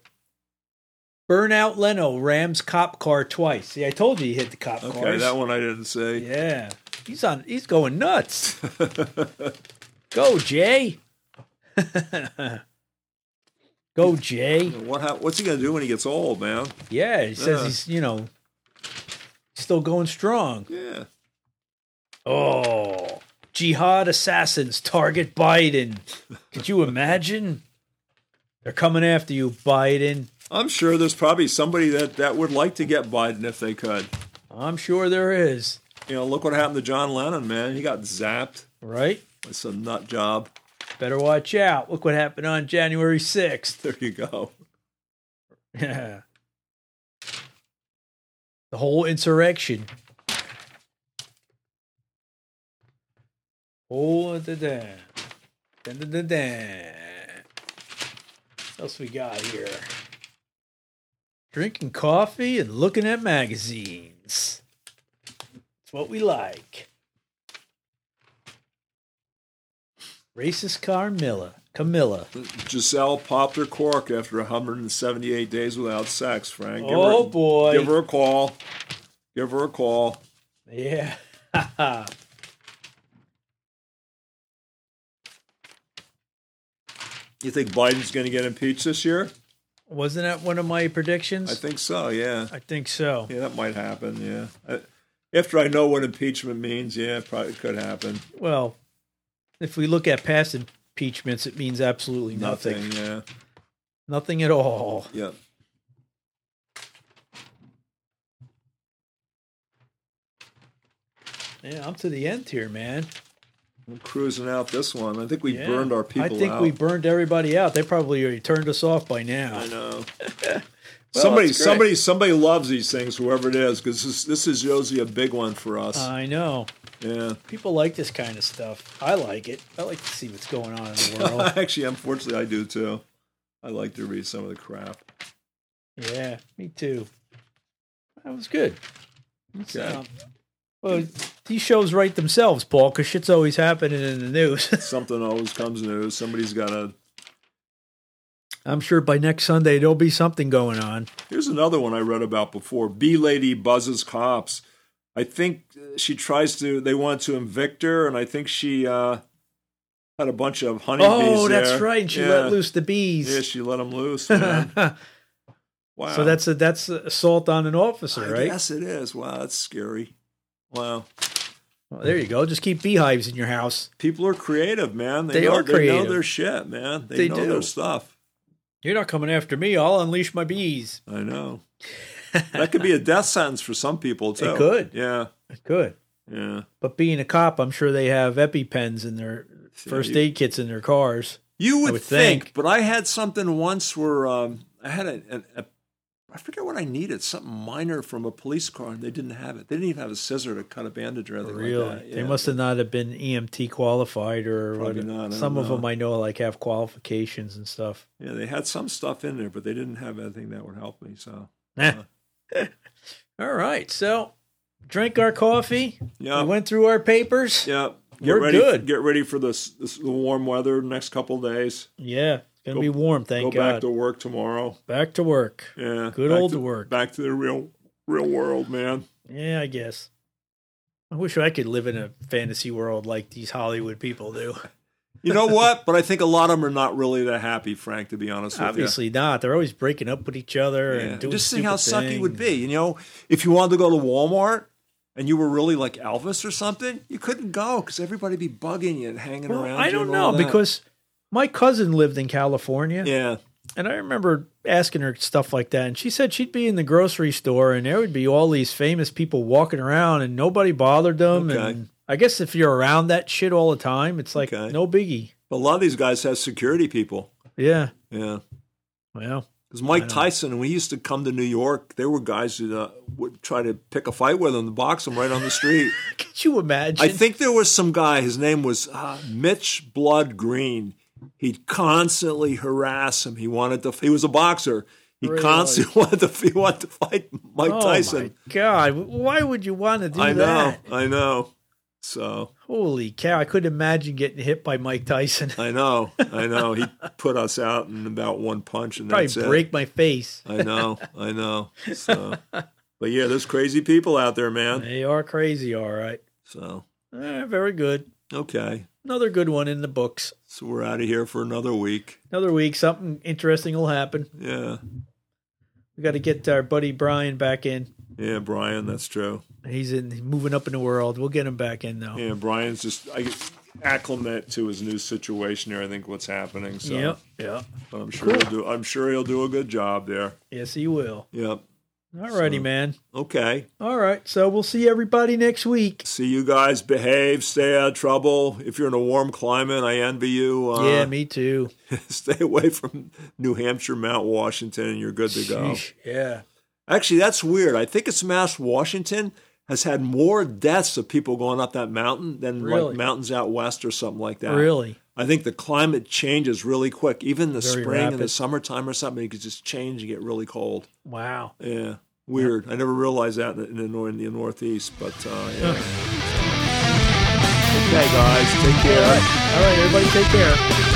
A: Burnout Leno rams cop car twice. See, I told you he hit the cop
B: Okay,
A: cars.
B: that one I didn't see.
A: Yeah, he's on. He's going nuts. Go Jay. Go Jay.
B: What hap- what's he gonna do when he gets old, man?
A: Yeah, he says
B: Yeah.
A: he's you know still going strong.
B: Yeah,
A: Oh, jihad assassins target Biden. Could you imagine? They're coming after you, Biden.
B: I'm sure there's probably somebody that that would like to get Biden if they could.
A: I'm sure there is.
B: You know, look what happened to John Lennon, man. He got zapped
A: Right?
B: by some nut job.
A: Better watch out. Look what happened on January 6th.
B: There you go.
A: Yeah. The whole insurrection. Oh, da da. Da da da da. What else we got here? Drinking coffee and looking at magazines. It's what we like. Racist Carmilla. Camilla.
B: Giselle popped her cork after 178 days without sex, Frank. Give
A: Oh,
B: her,
A: boy.
B: Give her a call. Give her a call.
A: Yeah.
B: You think Biden's going to get impeached this year?
A: Wasn't that one of my predictions?
B: I think so, yeah.
A: I think so.
B: Yeah, that might happen, yeah. I, after I know what impeachment means, yeah, it probably could happen.
A: Well, if we look at past impeachments, it means absolutely nothing.
B: Nothing, yeah.
A: Nothing at all.
B: Yeah.
A: Yeah, I'm to the end here, man.
B: I'm cruising out this one. I think we
A: Yeah.
B: burned our people
A: I think
B: out.
A: we burned everybody out. They probably already turned us off by now.
B: I know. somebody,
A: that's great.
B: somebody, somebody loves these things, whoever it is, because this, this is Josie a big one for us.
A: I know.
B: yeah.
A: People like this kind of stuff. I like it. I like to see what's going on in the world.
B: Actually, unfortunately, I do too. I like to read some of the crap.
A: yeah, me too. That was good.
B: Okay.
A: Um, well, these shows write themselves, Paul, because shit's always happening in the news.
B: Something always comes new. Somebody's got a.
A: I'm sure by next Sunday there'll be something going on.
B: Here's another one I read about before. Bee Lady buzzes cops. I think uh, she tries to. They want to evict her, and I think she uh, had a bunch of honeybees.
A: Oh, that's
B: there.
A: right. She
B: yeah.
A: let loose the bees.
B: Yeah, she let them loose. man. wow.
A: So that's a, that's assault on an officer,
B: I
A: right?
B: guess it is. Wow, that's scary. Wow.
A: Well, there you go. Just keep beehives in your house.
B: People are creative, man. They,
A: They
B: know,
A: are
B: They
A: creative.
B: know their shit, man. They,
A: They
B: know
A: do.
B: their stuff.
A: You're not coming after me. I'll unleash my bees.
B: I know. that could be a death sentence for some people too.
A: could.
B: Yeah.
A: Good.
B: Yeah.
A: But being a cop, I'm sure they have EpiPens in their first
B: you-
A: aid kits in their cars.
B: You would,
A: would
B: think,
A: think.
B: but I had something once where um, I had a, an- a, I forget what I needed, something minor from a police car, and they didn't have it. They didn't even have a scissor to cut a bandage or anything
A: Really,
B: like that.
A: they
B: Yeah.
A: must have not have been EMT qualified or
B: Probably
A: what-
B: not, I don't
A: some of
B: know.
A: them I know like have qualifications and stuff.
B: Yeah, they had some stuff in there, but they didn't have anything that would help me. So
A: Nah.
B: Uh-huh.
A: All right, so drank our coffee.
B: Yeah.
A: we went through our papers.
B: yeah, get
A: We're
B: ready.
A: good.
B: Get ready for this, this the warm weather next couple days.
A: Yeah, it's gonna be warm. Thank
B: Go
A: God.
B: back to work tomorrow.
A: back to work.
B: Yeah,
A: Good
B: back
A: old
B: to,
A: work.
B: Back to the real real world, man.
A: Yeah, I guess. I wish I could live in a fantasy world like these Hollywood people do.
B: You know what? But I think a lot of them are not really that happy, Frank. To be honest with you.
A: Obviously not. They're always breaking up with each other
B: Yeah.
A: and doing
B: just think how
A: stupid
B: sucky it would
A: things.
B: be. You know, if you wanted to go to Walmart and you were really like Elvis or something, you couldn't go because everybody'd be bugging you and hanging
A: Well,
B: around.
A: I
B: you
A: don't
B: and all
A: know
B: that.
A: because my cousin lived in California,
B: yeah,
A: and I remember asking her stuff like that, and she said she'd be in the grocery store, and there would be all these famous people walking around, and nobody bothered them.
B: Okay.
A: And I guess if you're around that shit all the time, it's like
B: Okay.
A: no biggie.
B: but a lot of these guys have security people.
A: Yeah.
B: Yeah.
A: Well,
B: Because Mike Tyson, when he used to come to New York, there were guys that uh, would try to pick a fight with him, box him right on the street.
A: could you imagine?
B: I think there was some guy. His name was uh, Mitch Blood Green. He'd constantly harass him. He wanted to. He was a boxer. He
A: Really?
B: constantly wanted to. He wanted to fight Mike
A: oh
B: Tyson.
A: my god! Why would you want to do
B: I know.
A: that?
B: I know. So
A: Holy cow! I couldn't imagine getting hit by Mike Tyson.
B: I know. I know. He put us out in about one punch, and
A: Probably
B: that's it.
A: break my face.
B: I know. I know. So, but yeah, there's crazy people out there, man.
A: They are crazy, all right.
B: So
A: Eh, very good.
B: okay.
A: Another good one in the books.
B: So we're out of here for another week.
A: Another week, something interesting will happen.
B: Yeah.
A: We got to get our buddy Brian back in.
B: Yeah, Brian. That's true.
A: He's in he's moving up in the world. We'll get him back in though.
B: Yeah, Brian's just I acclimate to his new situation here. I think what's happening. So,
A: Yep, yep.
B: but I'm sure he'll do. I'm sure he'll do a good job there.
A: Yes, he will.
B: Yep.
A: All righty,
B: So-
A: man.
B: Okay.
A: All right. So we'll see everybody next week.
B: See you guys. Behave. Stay out of trouble. If you're in a warm climate, I envy you. Uh,
A: yeah, me too.
B: stay away from New Hampshire, Mount Washington, and you're good to go.
A: Sheesh, yeah.
B: Actually, that's weird. I think it's Mass Washington has had more deaths of people going up that mountain than
A: Really?
B: like mountains out west or something like that.
A: Really.
B: I think the climate changes really quick. Even the
A: Very
B: spring and the
A: rapid.
B: summertime or something, it could just change and get really cold.
A: Wow.
B: Yeah. Weird. I never realized that in the, nor- in the Northeast, but uh, yeah. Okay, guys, take care.
A: All right, everybody, take care.